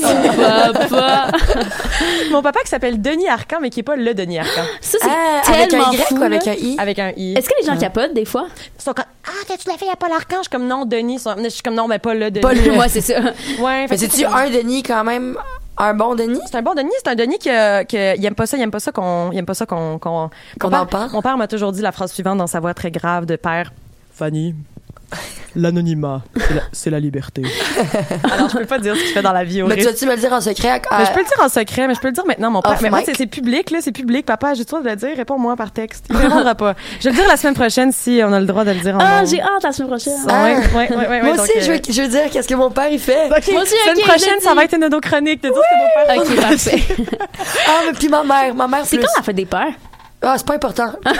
Speaker 2: Papa.
Speaker 1: Mon papa qui s'appelle Denis Arcan, mais qui est pas le Denis Arcan.
Speaker 2: Ça, c'est
Speaker 3: Ah, avec
Speaker 2: tellement
Speaker 3: un Y
Speaker 2: fou.
Speaker 3: ou avec
Speaker 2: là.
Speaker 3: un I?
Speaker 1: Avec un I.
Speaker 2: Est-ce que les gens capotent des fois?
Speaker 1: Ils sont comme Ah, t'as-tu la fille à Paul Arcan? Je suis comme non, Denis. Ils sont- Je suis comme non, mais pas le Denis.
Speaker 3: Pas le.
Speaker 2: Moi, c'est ça.
Speaker 1: Ouais, fait
Speaker 3: Mais
Speaker 1: que
Speaker 3: c'est-tu un Denis quand même? Un bon Denis?
Speaker 1: C'est un bon Denis, c'est un Denis que, que il aime pas ça, il aime pas ça qu'on il aime pas ça qu'on qu'on
Speaker 3: Qu'on
Speaker 1: mon père-
Speaker 3: en parle.
Speaker 1: Mon père m'a toujours dit la phrase suivante dans sa voix très grave de père. Fanny, l'anonymat, c'est la, liberté. Alors je peux pas dire ce qu'il fait dans la vie au
Speaker 3: Mais Bah, tu
Speaker 1: risque.
Speaker 3: vas-tu me le dire en secret?
Speaker 1: Mais
Speaker 3: Ah,
Speaker 1: je peux le dire en secret, mais je peux le dire maintenant, mon père.
Speaker 3: Off
Speaker 1: Mais moi,
Speaker 3: mic.
Speaker 1: c'est c'est public, là, c'est public. Papa, j'ai le droit de le dire. Réponds-moi par texte. Il ne répondra pas. Je vais le dire la semaine prochaine si on a le droit de le dire en
Speaker 2: Ah,
Speaker 1: ondes.
Speaker 2: j'ai hâte la semaine prochaine.
Speaker 1: Ouais, ouais, ouais, ouais,
Speaker 3: Moi
Speaker 1: donc,
Speaker 3: aussi,
Speaker 1: euh,
Speaker 3: je, veux, je veux dire qu'est-ce que mon père il fait.
Speaker 1: OK,
Speaker 2: Moi aussi,
Speaker 1: semaine
Speaker 2: ok, je
Speaker 1: prochaine,
Speaker 2: le
Speaker 1: ça
Speaker 2: dis.
Speaker 1: va être une chronique de dire ce que mon père
Speaker 2: Ok, parfait.
Speaker 3: Ah, mais puis ma mère, ma mère
Speaker 2: C'est
Speaker 3: plus.
Speaker 2: quand la fête des pères?
Speaker 3: Ah, c'est pas important.
Speaker 1: Non,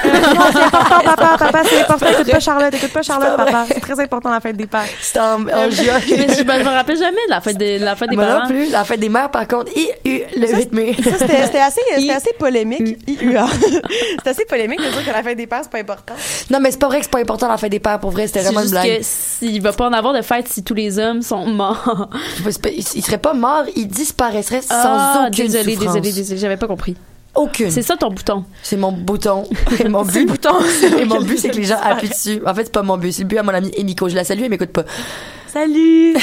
Speaker 1: c'est important, papa, papa, c'est important. Écoute pas Charlotte, écoute pas Charlotte, papa. C'est très important la fête des pères.
Speaker 3: C'est en, en juin.
Speaker 2: Mais je, ben, je me rappelle jamais de la fête, de, la fête des
Speaker 3: Moi non
Speaker 2: parents.
Speaker 3: Ah, bah plus. La fête des mères, par contre, il eu le 8 mai.
Speaker 1: Ça, c'était c'était assez, c'était assez polémique. IUA. C'était assez polémique de dire que la fête des pères, c'est pas important.
Speaker 3: Non, mais c'est pas vrai que c'est pas important la fête des pères. Pour vrai, c'était
Speaker 2: C'est
Speaker 3: vraiment une
Speaker 2: juste
Speaker 3: blague.
Speaker 2: que s'il va pas en avoir de fête si tous les hommes sont morts.
Speaker 3: C'est pas- Il serait pas mort, il disparaîtrait sans
Speaker 2: Ah,
Speaker 3: aucune
Speaker 2: désolé,
Speaker 3: souffrance.
Speaker 2: désolé, désolé, j'avais pas compris.
Speaker 3: Aucune.
Speaker 2: C'est ça ton bouton.
Speaker 3: C'est mon bouton. Et mon but. bouton. Et mon but, c'est que les gens appuient dessus. En fait, c'est pas mon but. C'est le but à mon ami Emiko. Je la salue, elle m'écoute pas.
Speaker 1: Ah, Salut!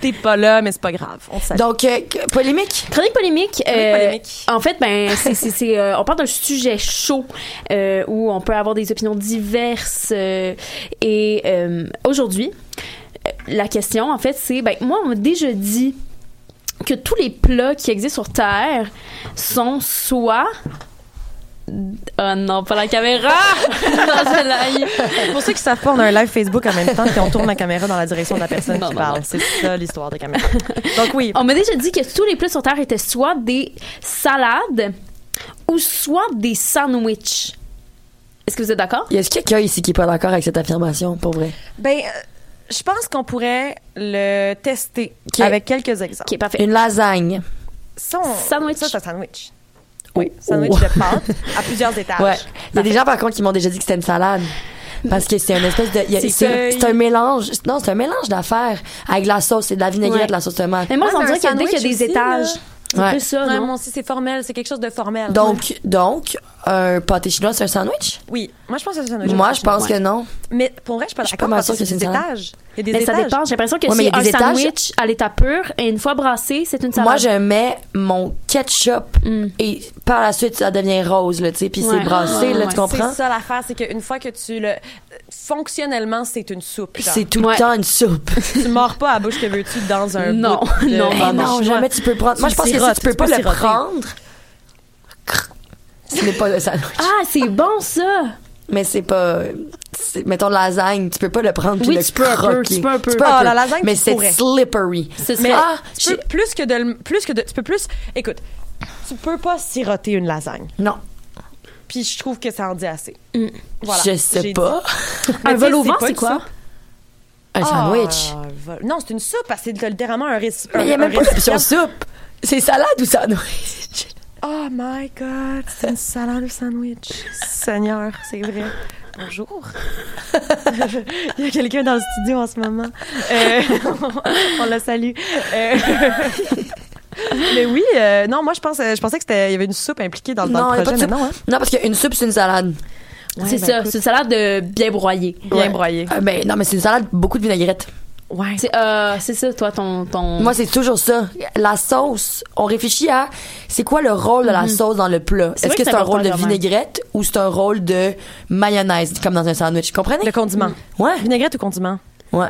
Speaker 1: T'es pas là, mais c'est pas grave. On s'appelle.
Speaker 3: Donc, euh, que- polémique.
Speaker 2: Chronique polémique. euh,
Speaker 1: polémique.
Speaker 2: En fait, ben, c'est, c'est, c'est, euh, on parle d'un sujet chaud euh, où on peut avoir des opinions diverses. euh, et euh, aujourd'hui, euh, la question, en fait, c'est, ben, moi, on m'a déjà dit que tous les plats qui existent sur Terre sont soit... Oh non, pas la caméra! non, je l'aille.
Speaker 1: Ben, Pour ceux qui savent pas, on a un live Facebook en même temps, puis on tourne la caméra dans la direction de la personne
Speaker 2: Non,
Speaker 1: qui
Speaker 2: non,
Speaker 1: parle.
Speaker 2: non.
Speaker 1: C'est ça l'histoire des caméras. Donc oui.
Speaker 2: On m'a déjà dit que tous les plats sur Terre étaient soit des salades ou soit des sandwichs. Est-ce que vous êtes d'accord?
Speaker 3: Y a quelqu'un ici qui est pas d'accord avec cette affirmation, pour vrai?
Speaker 1: Ben, euh, je pense qu'on pourrait le tester
Speaker 3: Ok.
Speaker 1: avec quelques exemples.
Speaker 2: Ok, parfait.
Speaker 3: Une lasagne.
Speaker 1: Ça, on-
Speaker 2: Sandwich.
Speaker 1: Ça, c'est un sandwich.
Speaker 3: Oui,
Speaker 1: Sandwich de pâte à plusieurs étages.
Speaker 3: oh. Ouais. Il y a des gens, par contre, qui m'ont déjà dit que c'était une salade. Parce que c'est une espèce de. il y a-
Speaker 1: C'est
Speaker 3: C'est
Speaker 1: feuille.
Speaker 3: c'est un mélange. Non, c'est un mélange d'affaires. Avec de la sauce, c'est de la vinaigrette,
Speaker 2: Ouais.
Speaker 3: de la sauce tomate.
Speaker 2: Mais moi,
Speaker 1: Ouais,
Speaker 2: on
Speaker 1: mais
Speaker 2: dirait
Speaker 1: un
Speaker 2: que dès qu'il y a des
Speaker 1: sandwich aussi,
Speaker 2: étages,
Speaker 1: là.
Speaker 2: c'est
Speaker 3: Ouais.
Speaker 2: plus ça,
Speaker 1: Ouais,
Speaker 2: non?
Speaker 1: moi aussi, c'est formel. C'est quelque chose de formel.
Speaker 3: Donc, donc, un pâté chinois, c'est un sandwich?
Speaker 1: Oui. Moi, je pense que c'est un sandwich.
Speaker 3: Moi, je pense que non.
Speaker 1: Mais pour vrai, je suis pas
Speaker 3: Je suis
Speaker 1: d'accord
Speaker 3: pas mal
Speaker 1: parce
Speaker 3: sûre
Speaker 1: que
Speaker 3: que
Speaker 1: c'est des
Speaker 3: c'est une
Speaker 1: étages. Il y a des
Speaker 2: Mais ça
Speaker 1: étages.
Speaker 2: dépend. J'ai l'impression que
Speaker 3: Ouais, mais il
Speaker 2: c'est
Speaker 3: y a
Speaker 2: un
Speaker 3: des étages.
Speaker 2: sandwich à l'état pur et une fois brassé, c'est une salade.
Speaker 3: Moi, je mets mon ketchup
Speaker 2: Mm.
Speaker 3: et par la suite, ça devient rose, là, tu sais, puis
Speaker 2: Ouais.
Speaker 3: c'est brassé, là,
Speaker 2: Ouais.
Speaker 3: tu comprends?
Speaker 1: Ah, C'est ça l'affaire, c'est qu'une fois que tu le. Fonctionnellement, c'est une soupe. genre.
Speaker 3: C'est tout
Speaker 2: Ouais.
Speaker 3: le temps une soupe.
Speaker 1: Tu mords pas à bouche que veux-tu dans un.
Speaker 2: Non,
Speaker 1: bout de-
Speaker 2: non,
Speaker 3: Eh
Speaker 2: Ah,
Speaker 3: non,
Speaker 1: chinois.
Speaker 3: jamais tu peux le prendre. Moi,
Speaker 1: Tu
Speaker 3: je pense que si
Speaker 1: sirotes,
Speaker 3: tu peux
Speaker 1: tu
Speaker 3: pas
Speaker 1: peux
Speaker 3: le
Speaker 1: siroter.
Speaker 3: prendre, crrr, ce n'est pas le sandwich.
Speaker 2: Ah, c'est bon ça!
Speaker 3: Mais c'est pas. c'est- Mettons lasagne, tu peux pas le prendre puis
Speaker 2: Oui,
Speaker 3: le
Speaker 2: tu peux un peu,
Speaker 3: croquer.
Speaker 2: tu peux un peu.
Speaker 1: Ah, la lasagne,
Speaker 3: mais
Speaker 1: tu
Speaker 3: c'est
Speaker 1: pourrais.
Speaker 3: slippery.
Speaker 2: C'est
Speaker 1: Mais
Speaker 2: ça.
Speaker 3: Ah,
Speaker 1: tu peux
Speaker 3: j'ai-
Speaker 1: plus que de, le- plus que de, tu peux plus. Écoute, tu peux pas siroter une lasagne.
Speaker 3: Non.
Speaker 1: Puis je trouve que ça en dit assez.
Speaker 2: Mm.
Speaker 1: Voilà.
Speaker 3: Je sais
Speaker 1: J'ai
Speaker 3: pas.
Speaker 1: dit. Mais
Speaker 2: Un
Speaker 1: tu sais,
Speaker 2: vol au vent,
Speaker 1: pas
Speaker 2: c'est
Speaker 1: une
Speaker 2: quoi?
Speaker 1: soupe.
Speaker 3: Un sandwich.
Speaker 1: Ah, vol- Non, c'est une soupe parce que c'est littéralement un risque.
Speaker 3: Mais il n'y a même pas de option soupe. C'est salade ou sandwich?
Speaker 1: Oh my god, c'est une salade au sandwich. Seigneur, c'est vrai. Bonjour. Il y a quelqu'un dans le studio en ce moment. Euh, on la salue. Euh, mais oui, euh, non, moi je pense, je pensais que c'était, il y avait une soupe impliquée dans, le- dans
Speaker 3: Non, il y
Speaker 1: le
Speaker 3: a pas de
Speaker 1: projet, mais
Speaker 3: soupe.
Speaker 1: non, hein.
Speaker 3: Non, parce qu'une soupe, c'est une salade.
Speaker 2: c'est ça, c'est une salade de bien broyée.
Speaker 1: ben, Bien broyé.
Speaker 3: Euh, ben, non, mais c'est une salade, beaucoup de vinaigrette.
Speaker 1: hein? Ouais.
Speaker 2: C'est euh, c'est ça, toi, ton.
Speaker 1: Mm.
Speaker 2: ton...
Speaker 3: Moi, c'est toujours ça. La sauce, on réfléchit à c'est quoi le rôle de la
Speaker 1: Mm-hmm.
Speaker 3: sauce dans le plat? Est-ce
Speaker 2: C'est vrai
Speaker 3: que
Speaker 2: que
Speaker 3: c'est un
Speaker 2: c'est
Speaker 3: rôle de
Speaker 2: important de le
Speaker 3: vinaigrette ou c'est un rôle de mayonnaise, comme dans un sandwich? Comprenez?
Speaker 1: Le condiment.
Speaker 3: Ouais,
Speaker 1: Vinaigrette ou condiment?
Speaker 3: ouais.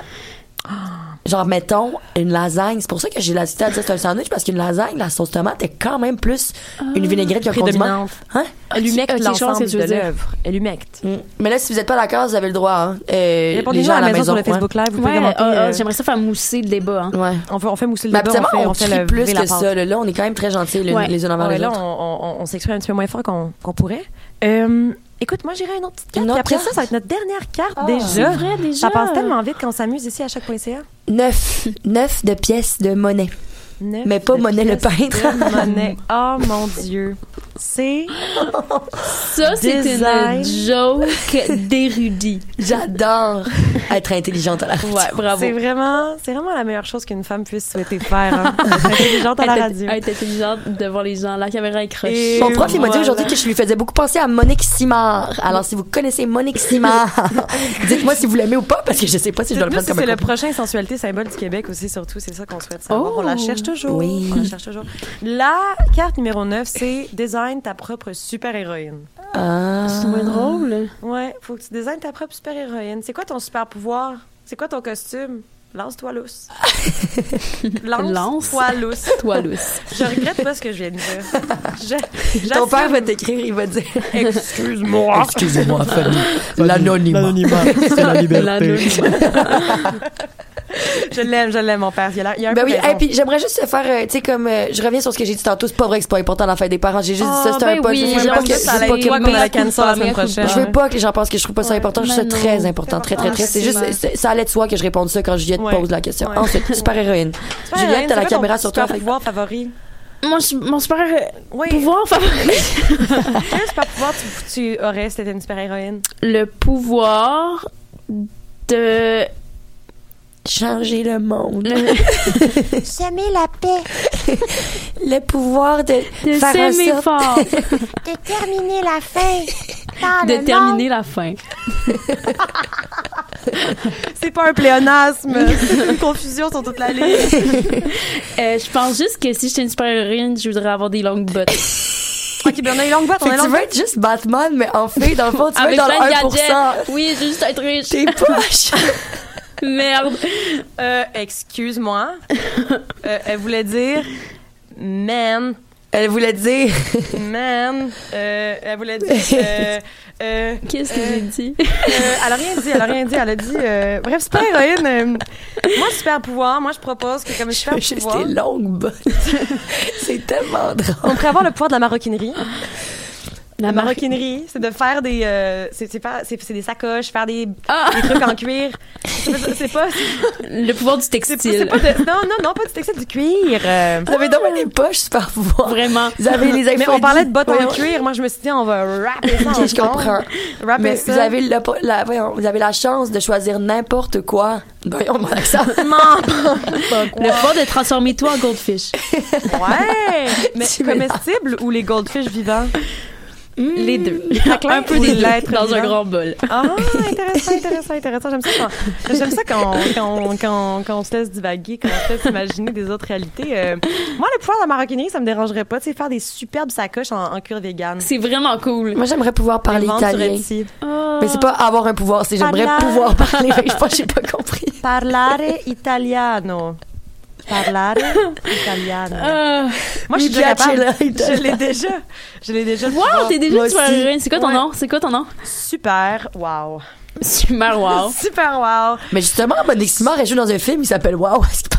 Speaker 3: Genre, mettons, une lasagne. C'est pour ça que j'ai l'hésité à dire c'est un sandwich, parce qu'une lasagne, la sauce tomate est quand même plus une vinaigrette qu'un condiment.
Speaker 1: Ah, Prédominante.
Speaker 3: Hein?
Speaker 2: Elle humecte
Speaker 1: Ok, je
Speaker 2: l'ensemble
Speaker 1: pense que tu veux
Speaker 2: de
Speaker 1: dire.
Speaker 2: l'œuvre.
Speaker 1: Elle humecte.
Speaker 3: Mm. Mais là, si vous n'êtes pas d'accord, vous avez le droit. Hein. Euh, les
Speaker 1: Répondez-nous
Speaker 3: gens
Speaker 1: à la maison, sur le
Speaker 3: ouais.
Speaker 1: Facebook Live. Vous pouvez
Speaker 2: Ouais,
Speaker 1: commenter,
Speaker 2: ah, ah,
Speaker 1: euh,
Speaker 2: j'aimerais ça faire mousser le débat. hein.
Speaker 3: Ouais.
Speaker 1: on, fait, on fait mousser le
Speaker 3: Mais
Speaker 1: débat.
Speaker 3: habituellement,
Speaker 1: on fait,
Speaker 3: Bah, on,
Speaker 1: on fait
Speaker 3: crie
Speaker 1: le-
Speaker 3: plus
Speaker 1: lever la
Speaker 3: que
Speaker 1: pâte.
Speaker 3: ça. Là, Là, on est quand même très gentils l'une-
Speaker 2: Ouais.
Speaker 3: les unes envers
Speaker 1: Ah Ouais,
Speaker 3: les
Speaker 1: là, on,
Speaker 3: autres.
Speaker 1: on- on s'exprime un petit peu moins fort qu'on qu'on pourrait. Euh, écoute, moi, j'irai à une autre petite carte.
Speaker 3: Une autre
Speaker 1: puis après
Speaker 3: carte?
Speaker 1: ça, ça va être notre dernière carte
Speaker 2: C'est
Speaker 1: déjà.
Speaker 2: vrai, déjà.
Speaker 1: Ça passe tellement vite quand on s'amuse ici à chaque point CA.
Speaker 3: Neuf. Neuf de pièces de monnaie.
Speaker 1: Neuf
Speaker 3: Mais pas
Speaker 1: de
Speaker 3: Monet le
Speaker 1: pièces
Speaker 3: peintre.
Speaker 1: de Monet. Oh mon Dieu. C'est.
Speaker 2: Ça, c'est une
Speaker 1: Design.
Speaker 2: joke d'érudit.
Speaker 3: J'adore être intelligente à la radio.
Speaker 2: Ouais, bravo.
Speaker 1: C'est vraiment, c'est vraiment la meilleure chose qu'une femme puisse souhaiter faire. hein. Être intelligente à la
Speaker 2: Être-
Speaker 1: radio.
Speaker 2: Être intelligente devant les gens, la caméra est crochée.
Speaker 1: Et
Speaker 3: Mon prof, il m'a dit
Speaker 1: Voilà.
Speaker 3: aujourd'hui que je lui faisais beaucoup penser à Monique Simard. Alors, si vous connaissez Monique Simard, dites-moi si vous l'aimez ou pas, parce que je sais pas si je dois le prendre
Speaker 1: Dites-nous si
Speaker 3: comme
Speaker 1: c'est
Speaker 3: un
Speaker 1: le
Speaker 3: compliment.
Speaker 1: prochain sensualité symbole du Québec aussi, surtout, c'est ça qu'on souhaite savoir.
Speaker 2: Oh!
Speaker 1: on la cherche toujours.
Speaker 3: Oui.
Speaker 1: On la cherche toujours. La carte numéro 9, c'est design ta propre super-héroïne.
Speaker 3: Ah.
Speaker 2: C'est moins drôle.
Speaker 1: Ouais, faut que tu designes ta propre super-héroïne. C'est quoi ton super-pouvoir? C'est quoi ton costume? Lance-toi lousse. Lance-toi lousse.
Speaker 2: Toi, Luce.
Speaker 1: Je regrette pas ce que je viens de dire. Je-
Speaker 3: Ton
Speaker 1: j'assume.
Speaker 3: père va t'écrire, il va dire
Speaker 7: Excuse-moi. Excusez-moi, famille.
Speaker 3: l'anonymat.
Speaker 7: L'anonymat, c'est la liberté.
Speaker 1: Je l'aime, je l'aime, mon père. Il y a, l'air- il y a un
Speaker 3: Ben
Speaker 1: peu
Speaker 3: oui,
Speaker 1: raison.
Speaker 3: et puis j'aimerais juste faire, euh, tu sais, comme euh, je reviens sur ce que j'ai dit tantôt, c'est pas vrai que c'est pas important l'enfant des parents. J'ai juste dit ça, c'est un
Speaker 2: ben
Speaker 3: poche.
Speaker 2: oui,
Speaker 3: Ah, je
Speaker 2: je
Speaker 3: pense
Speaker 2: pense
Speaker 3: que
Speaker 2: que ça
Speaker 3: je veux
Speaker 2: allait
Speaker 3: pas
Speaker 2: être
Speaker 3: que-
Speaker 2: quoi,
Speaker 1: qu'on la
Speaker 2: mais-
Speaker 1: cancel la semaine
Speaker 2: mais-
Speaker 1: prochaine.
Speaker 3: Je veux pas que les gens pensent que je trouve pas ça important. Je trouve ça
Speaker 2: mais non.
Speaker 3: très important, très, très, très. C'est juste,
Speaker 2: Absolument.
Speaker 3: c'est- ça allait de soi que je réponde ça quand Juliette
Speaker 1: Ouais.
Speaker 3: pose la question.
Speaker 1: Ouais.
Speaker 3: Ensuite, super héroïne.
Speaker 1: Super-héroïne,
Speaker 3: Juliette,
Speaker 1: c'est
Speaker 3: t'as la
Speaker 1: quoi ton
Speaker 3: caméra sur toi. fait-
Speaker 1: Super-pouvoir favori.
Speaker 2: Mon, su- mon super euh,
Speaker 1: Oui,
Speaker 2: pouvoir favori.
Speaker 1: quel super-pouvoir tu, tu aurais si t'étais une super-héroïne?
Speaker 2: Le pouvoir de.
Speaker 3: Changer le monde.
Speaker 8: Semer la paix,
Speaker 3: Le pouvoir de,
Speaker 2: de
Speaker 3: faire en
Speaker 2: s'aimer
Speaker 3: sorte-
Speaker 2: fort.
Speaker 8: de terminer la faim
Speaker 4: Ah,
Speaker 8: dans le
Speaker 2: de
Speaker 8: monde.
Speaker 2: terminer la fin.
Speaker 1: C'est pas un pléonasme. c'est une confusion sur toute la ligne.
Speaker 2: Euh, je pense juste que si j'étais une super héroïne, je voudrais avoir des longues bottes.
Speaker 1: OK, ben on a les longues bottes, on
Speaker 3: Fait
Speaker 1: a
Speaker 3: que
Speaker 1: les
Speaker 3: tu
Speaker 1: longues
Speaker 3: veux être juste Batman, mais en fait, dans le fond, tu veux être
Speaker 2: Avec
Speaker 3: dans
Speaker 2: plein de
Speaker 3: le 1%.
Speaker 2: gadgets. Oui, je veux juste être riche.
Speaker 3: T'es poche.
Speaker 2: Merde.
Speaker 1: Euh, excuse-moi. Euh, elle voulait dire man,
Speaker 3: Elle voulait dire.
Speaker 1: man. Euh, elle voulait dire. Euh, euh,
Speaker 2: Qu'est-ce que
Speaker 1: Euh,
Speaker 2: j'ai dit?
Speaker 1: euh, elle a rien dit, elle a rien dit, elle a dit. euh, bref, super héroïne. euh, moi, super pouvoir, moi, je propose que comme
Speaker 3: Je
Speaker 1: super
Speaker 3: veux juste
Speaker 1: pouvoir,
Speaker 3: des longues bottes. c'est tellement drôle.
Speaker 1: on pourrait avoir le pouvoir de la maroquinerie. La,
Speaker 2: La marque.
Speaker 1: maroquinerie, c'est de faire des, euh, c'est, c'est faire- c'est- c'est des sacoches, faire des,
Speaker 2: Ah!
Speaker 1: des trucs en cuir. C'est pas, c'est pas, c'est
Speaker 2: Le pouvoir du
Speaker 1: pas- c'est
Speaker 2: textile.
Speaker 1: pas de- non, non, non, pas du textile, du cuir. euh.
Speaker 3: Vous avez donc des poches super pouvoir.
Speaker 2: Vraiment.
Speaker 3: Vous avez les
Speaker 1: Mais on parlait de bottes en
Speaker 3: Ouais, ouais.
Speaker 1: cuir. Moi, je me suis dit, on va rapper ça.
Speaker 3: Ok, je
Speaker 1: ensemble.
Speaker 3: comprends.
Speaker 1: Rapper
Speaker 3: Mais
Speaker 1: ça.
Speaker 3: vous avez, le, po- la, voyons, vous avez la chance de choisir n'importe quoi. Voyons, mon accent.
Speaker 2: Le pouvoir de transformer toi en goldfish.
Speaker 1: Ouais! Mais
Speaker 3: Tu
Speaker 1: comestibles ou les goldfish vivants?
Speaker 2: Les deux.
Speaker 1: craquelins
Speaker 2: Hmm. un peu
Speaker 1: ou les
Speaker 2: des lettres
Speaker 1: lettres
Speaker 2: dans un
Speaker 1: vivants.
Speaker 2: grand bol.
Speaker 1: Ah, intéressant, intéressant, intéressant. J'aime ça quand, j'aime ça quand, quand, quand, quand on se laisse divaguer, quand on se laisse imaginer des autres réalités. Euh, moi, le pouvoir de la maroquinerie, ça me dérangerait pas. Tu sais, faire des superbes sacoches en, en cuir vegan.
Speaker 2: C'est vraiment cool.
Speaker 3: Moi, j'aimerais pouvoir parler
Speaker 1: Les vendre sur
Speaker 3: italien.
Speaker 1: Etsy.
Speaker 3: Mais c'est pas avoir un pouvoir, c'est j'aimerais
Speaker 1: Parlare.
Speaker 3: pouvoir parler. Je pense que j'ai pas compris.
Speaker 1: Parlare italiano. Parlare italiano.
Speaker 2: Ah.
Speaker 1: moi, je suis
Speaker 3: mi
Speaker 1: déjà
Speaker 3: piace
Speaker 1: capable.
Speaker 3: la
Speaker 1: Je
Speaker 3: Italie.
Speaker 1: l'ai déjà. Je l'ai déjà. le
Speaker 2: Wow,
Speaker 1: pouvoir.
Speaker 2: t'es déjà
Speaker 3: Moi
Speaker 2: super
Speaker 3: aussi.
Speaker 2: héroïne. C'est quoi ton
Speaker 1: Ouais.
Speaker 2: nom? C'est quoi ton nom?
Speaker 1: Super. Wow.
Speaker 2: Super wow.
Speaker 1: Super wow!
Speaker 3: Mais justement, Monique Simard, elle joue dans un film qui s'appelle Wow. Est-ce qu'il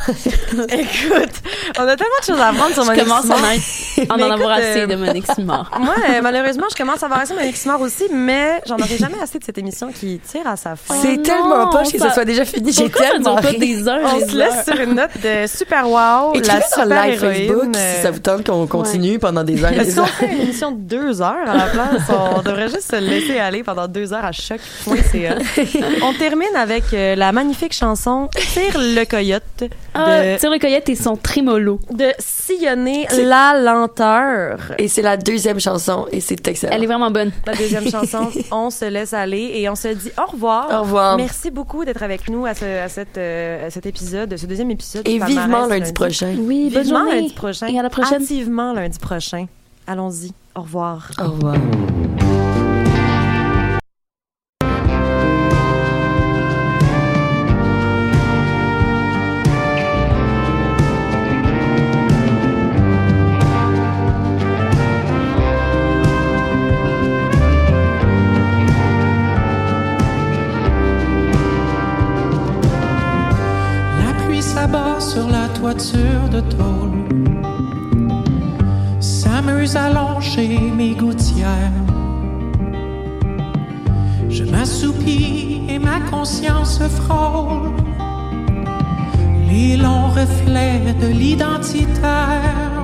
Speaker 3: paraît?
Speaker 1: Écoute, on a tellement de choses à apprendre sur
Speaker 2: Je
Speaker 1: Monique
Speaker 2: commence à
Speaker 1: Simard.
Speaker 2: en, en,
Speaker 1: Mais
Speaker 2: en avoir
Speaker 1: écoute,
Speaker 2: assez
Speaker 1: euh,
Speaker 2: de Monique Simard.
Speaker 1: Moi, euh, malheureusement, je commence à avoir assez Monique Simard aussi, mais j'en aurais jamais assez de cette émission qui tire à sa fin.
Speaker 3: C'est
Speaker 2: non,
Speaker 3: tellement poche que
Speaker 2: ça-
Speaker 3: ce soit déjà fini. J'ai
Speaker 2: Pourquoi on
Speaker 3: tellement
Speaker 2: dit pas
Speaker 3: ri.
Speaker 2: des heures
Speaker 1: On
Speaker 2: des
Speaker 1: se
Speaker 2: heures?
Speaker 1: laisse sur une note de super wow, la
Speaker 3: Écrivez sur
Speaker 1: super
Speaker 3: live
Speaker 1: héroïne. euh,
Speaker 3: Facebook si ça vous tente qu'on continue pendant des heures. et
Speaker 1: Est-ce
Speaker 3: des
Speaker 1: qu'on
Speaker 3: heures.
Speaker 1: fait une émission de deux heures à la place? On devrait juste se laisser aller pendant deux heures à choc.ca. On termine avec euh, la magnifique chanson Tire le coyote de,
Speaker 2: Ah, Tire le coyote et son trémolo.
Speaker 1: de Sillonner la lenteur.
Speaker 3: Et c'est la deuxième chanson et c'est excellent.
Speaker 2: Elle est vraiment bonne.
Speaker 1: La deuxième chanson, on se laisse aller et on se dit au revoir.
Speaker 3: Au revoir.
Speaker 1: Merci beaucoup d'être avec nous à, ce, à, cette, euh, à cet épisode, ce deuxième épisode. du
Speaker 3: Et
Speaker 1: Palmarès
Speaker 3: vivement lundi prochain.
Speaker 2: Oui, bonne
Speaker 1: Vivement
Speaker 2: journée.
Speaker 1: lundi prochain.
Speaker 2: Et à la prochaine.
Speaker 1: Activement lundi prochain. Allons-y. Au revoir.
Speaker 3: Au revoir.
Speaker 6: La pluie s'abat sur la toiture de tôle, s'amuse à longer mes gouttières. Je m'assoupis et ma conscience frôle les longs reflets de l'identitaire. Oh, oh,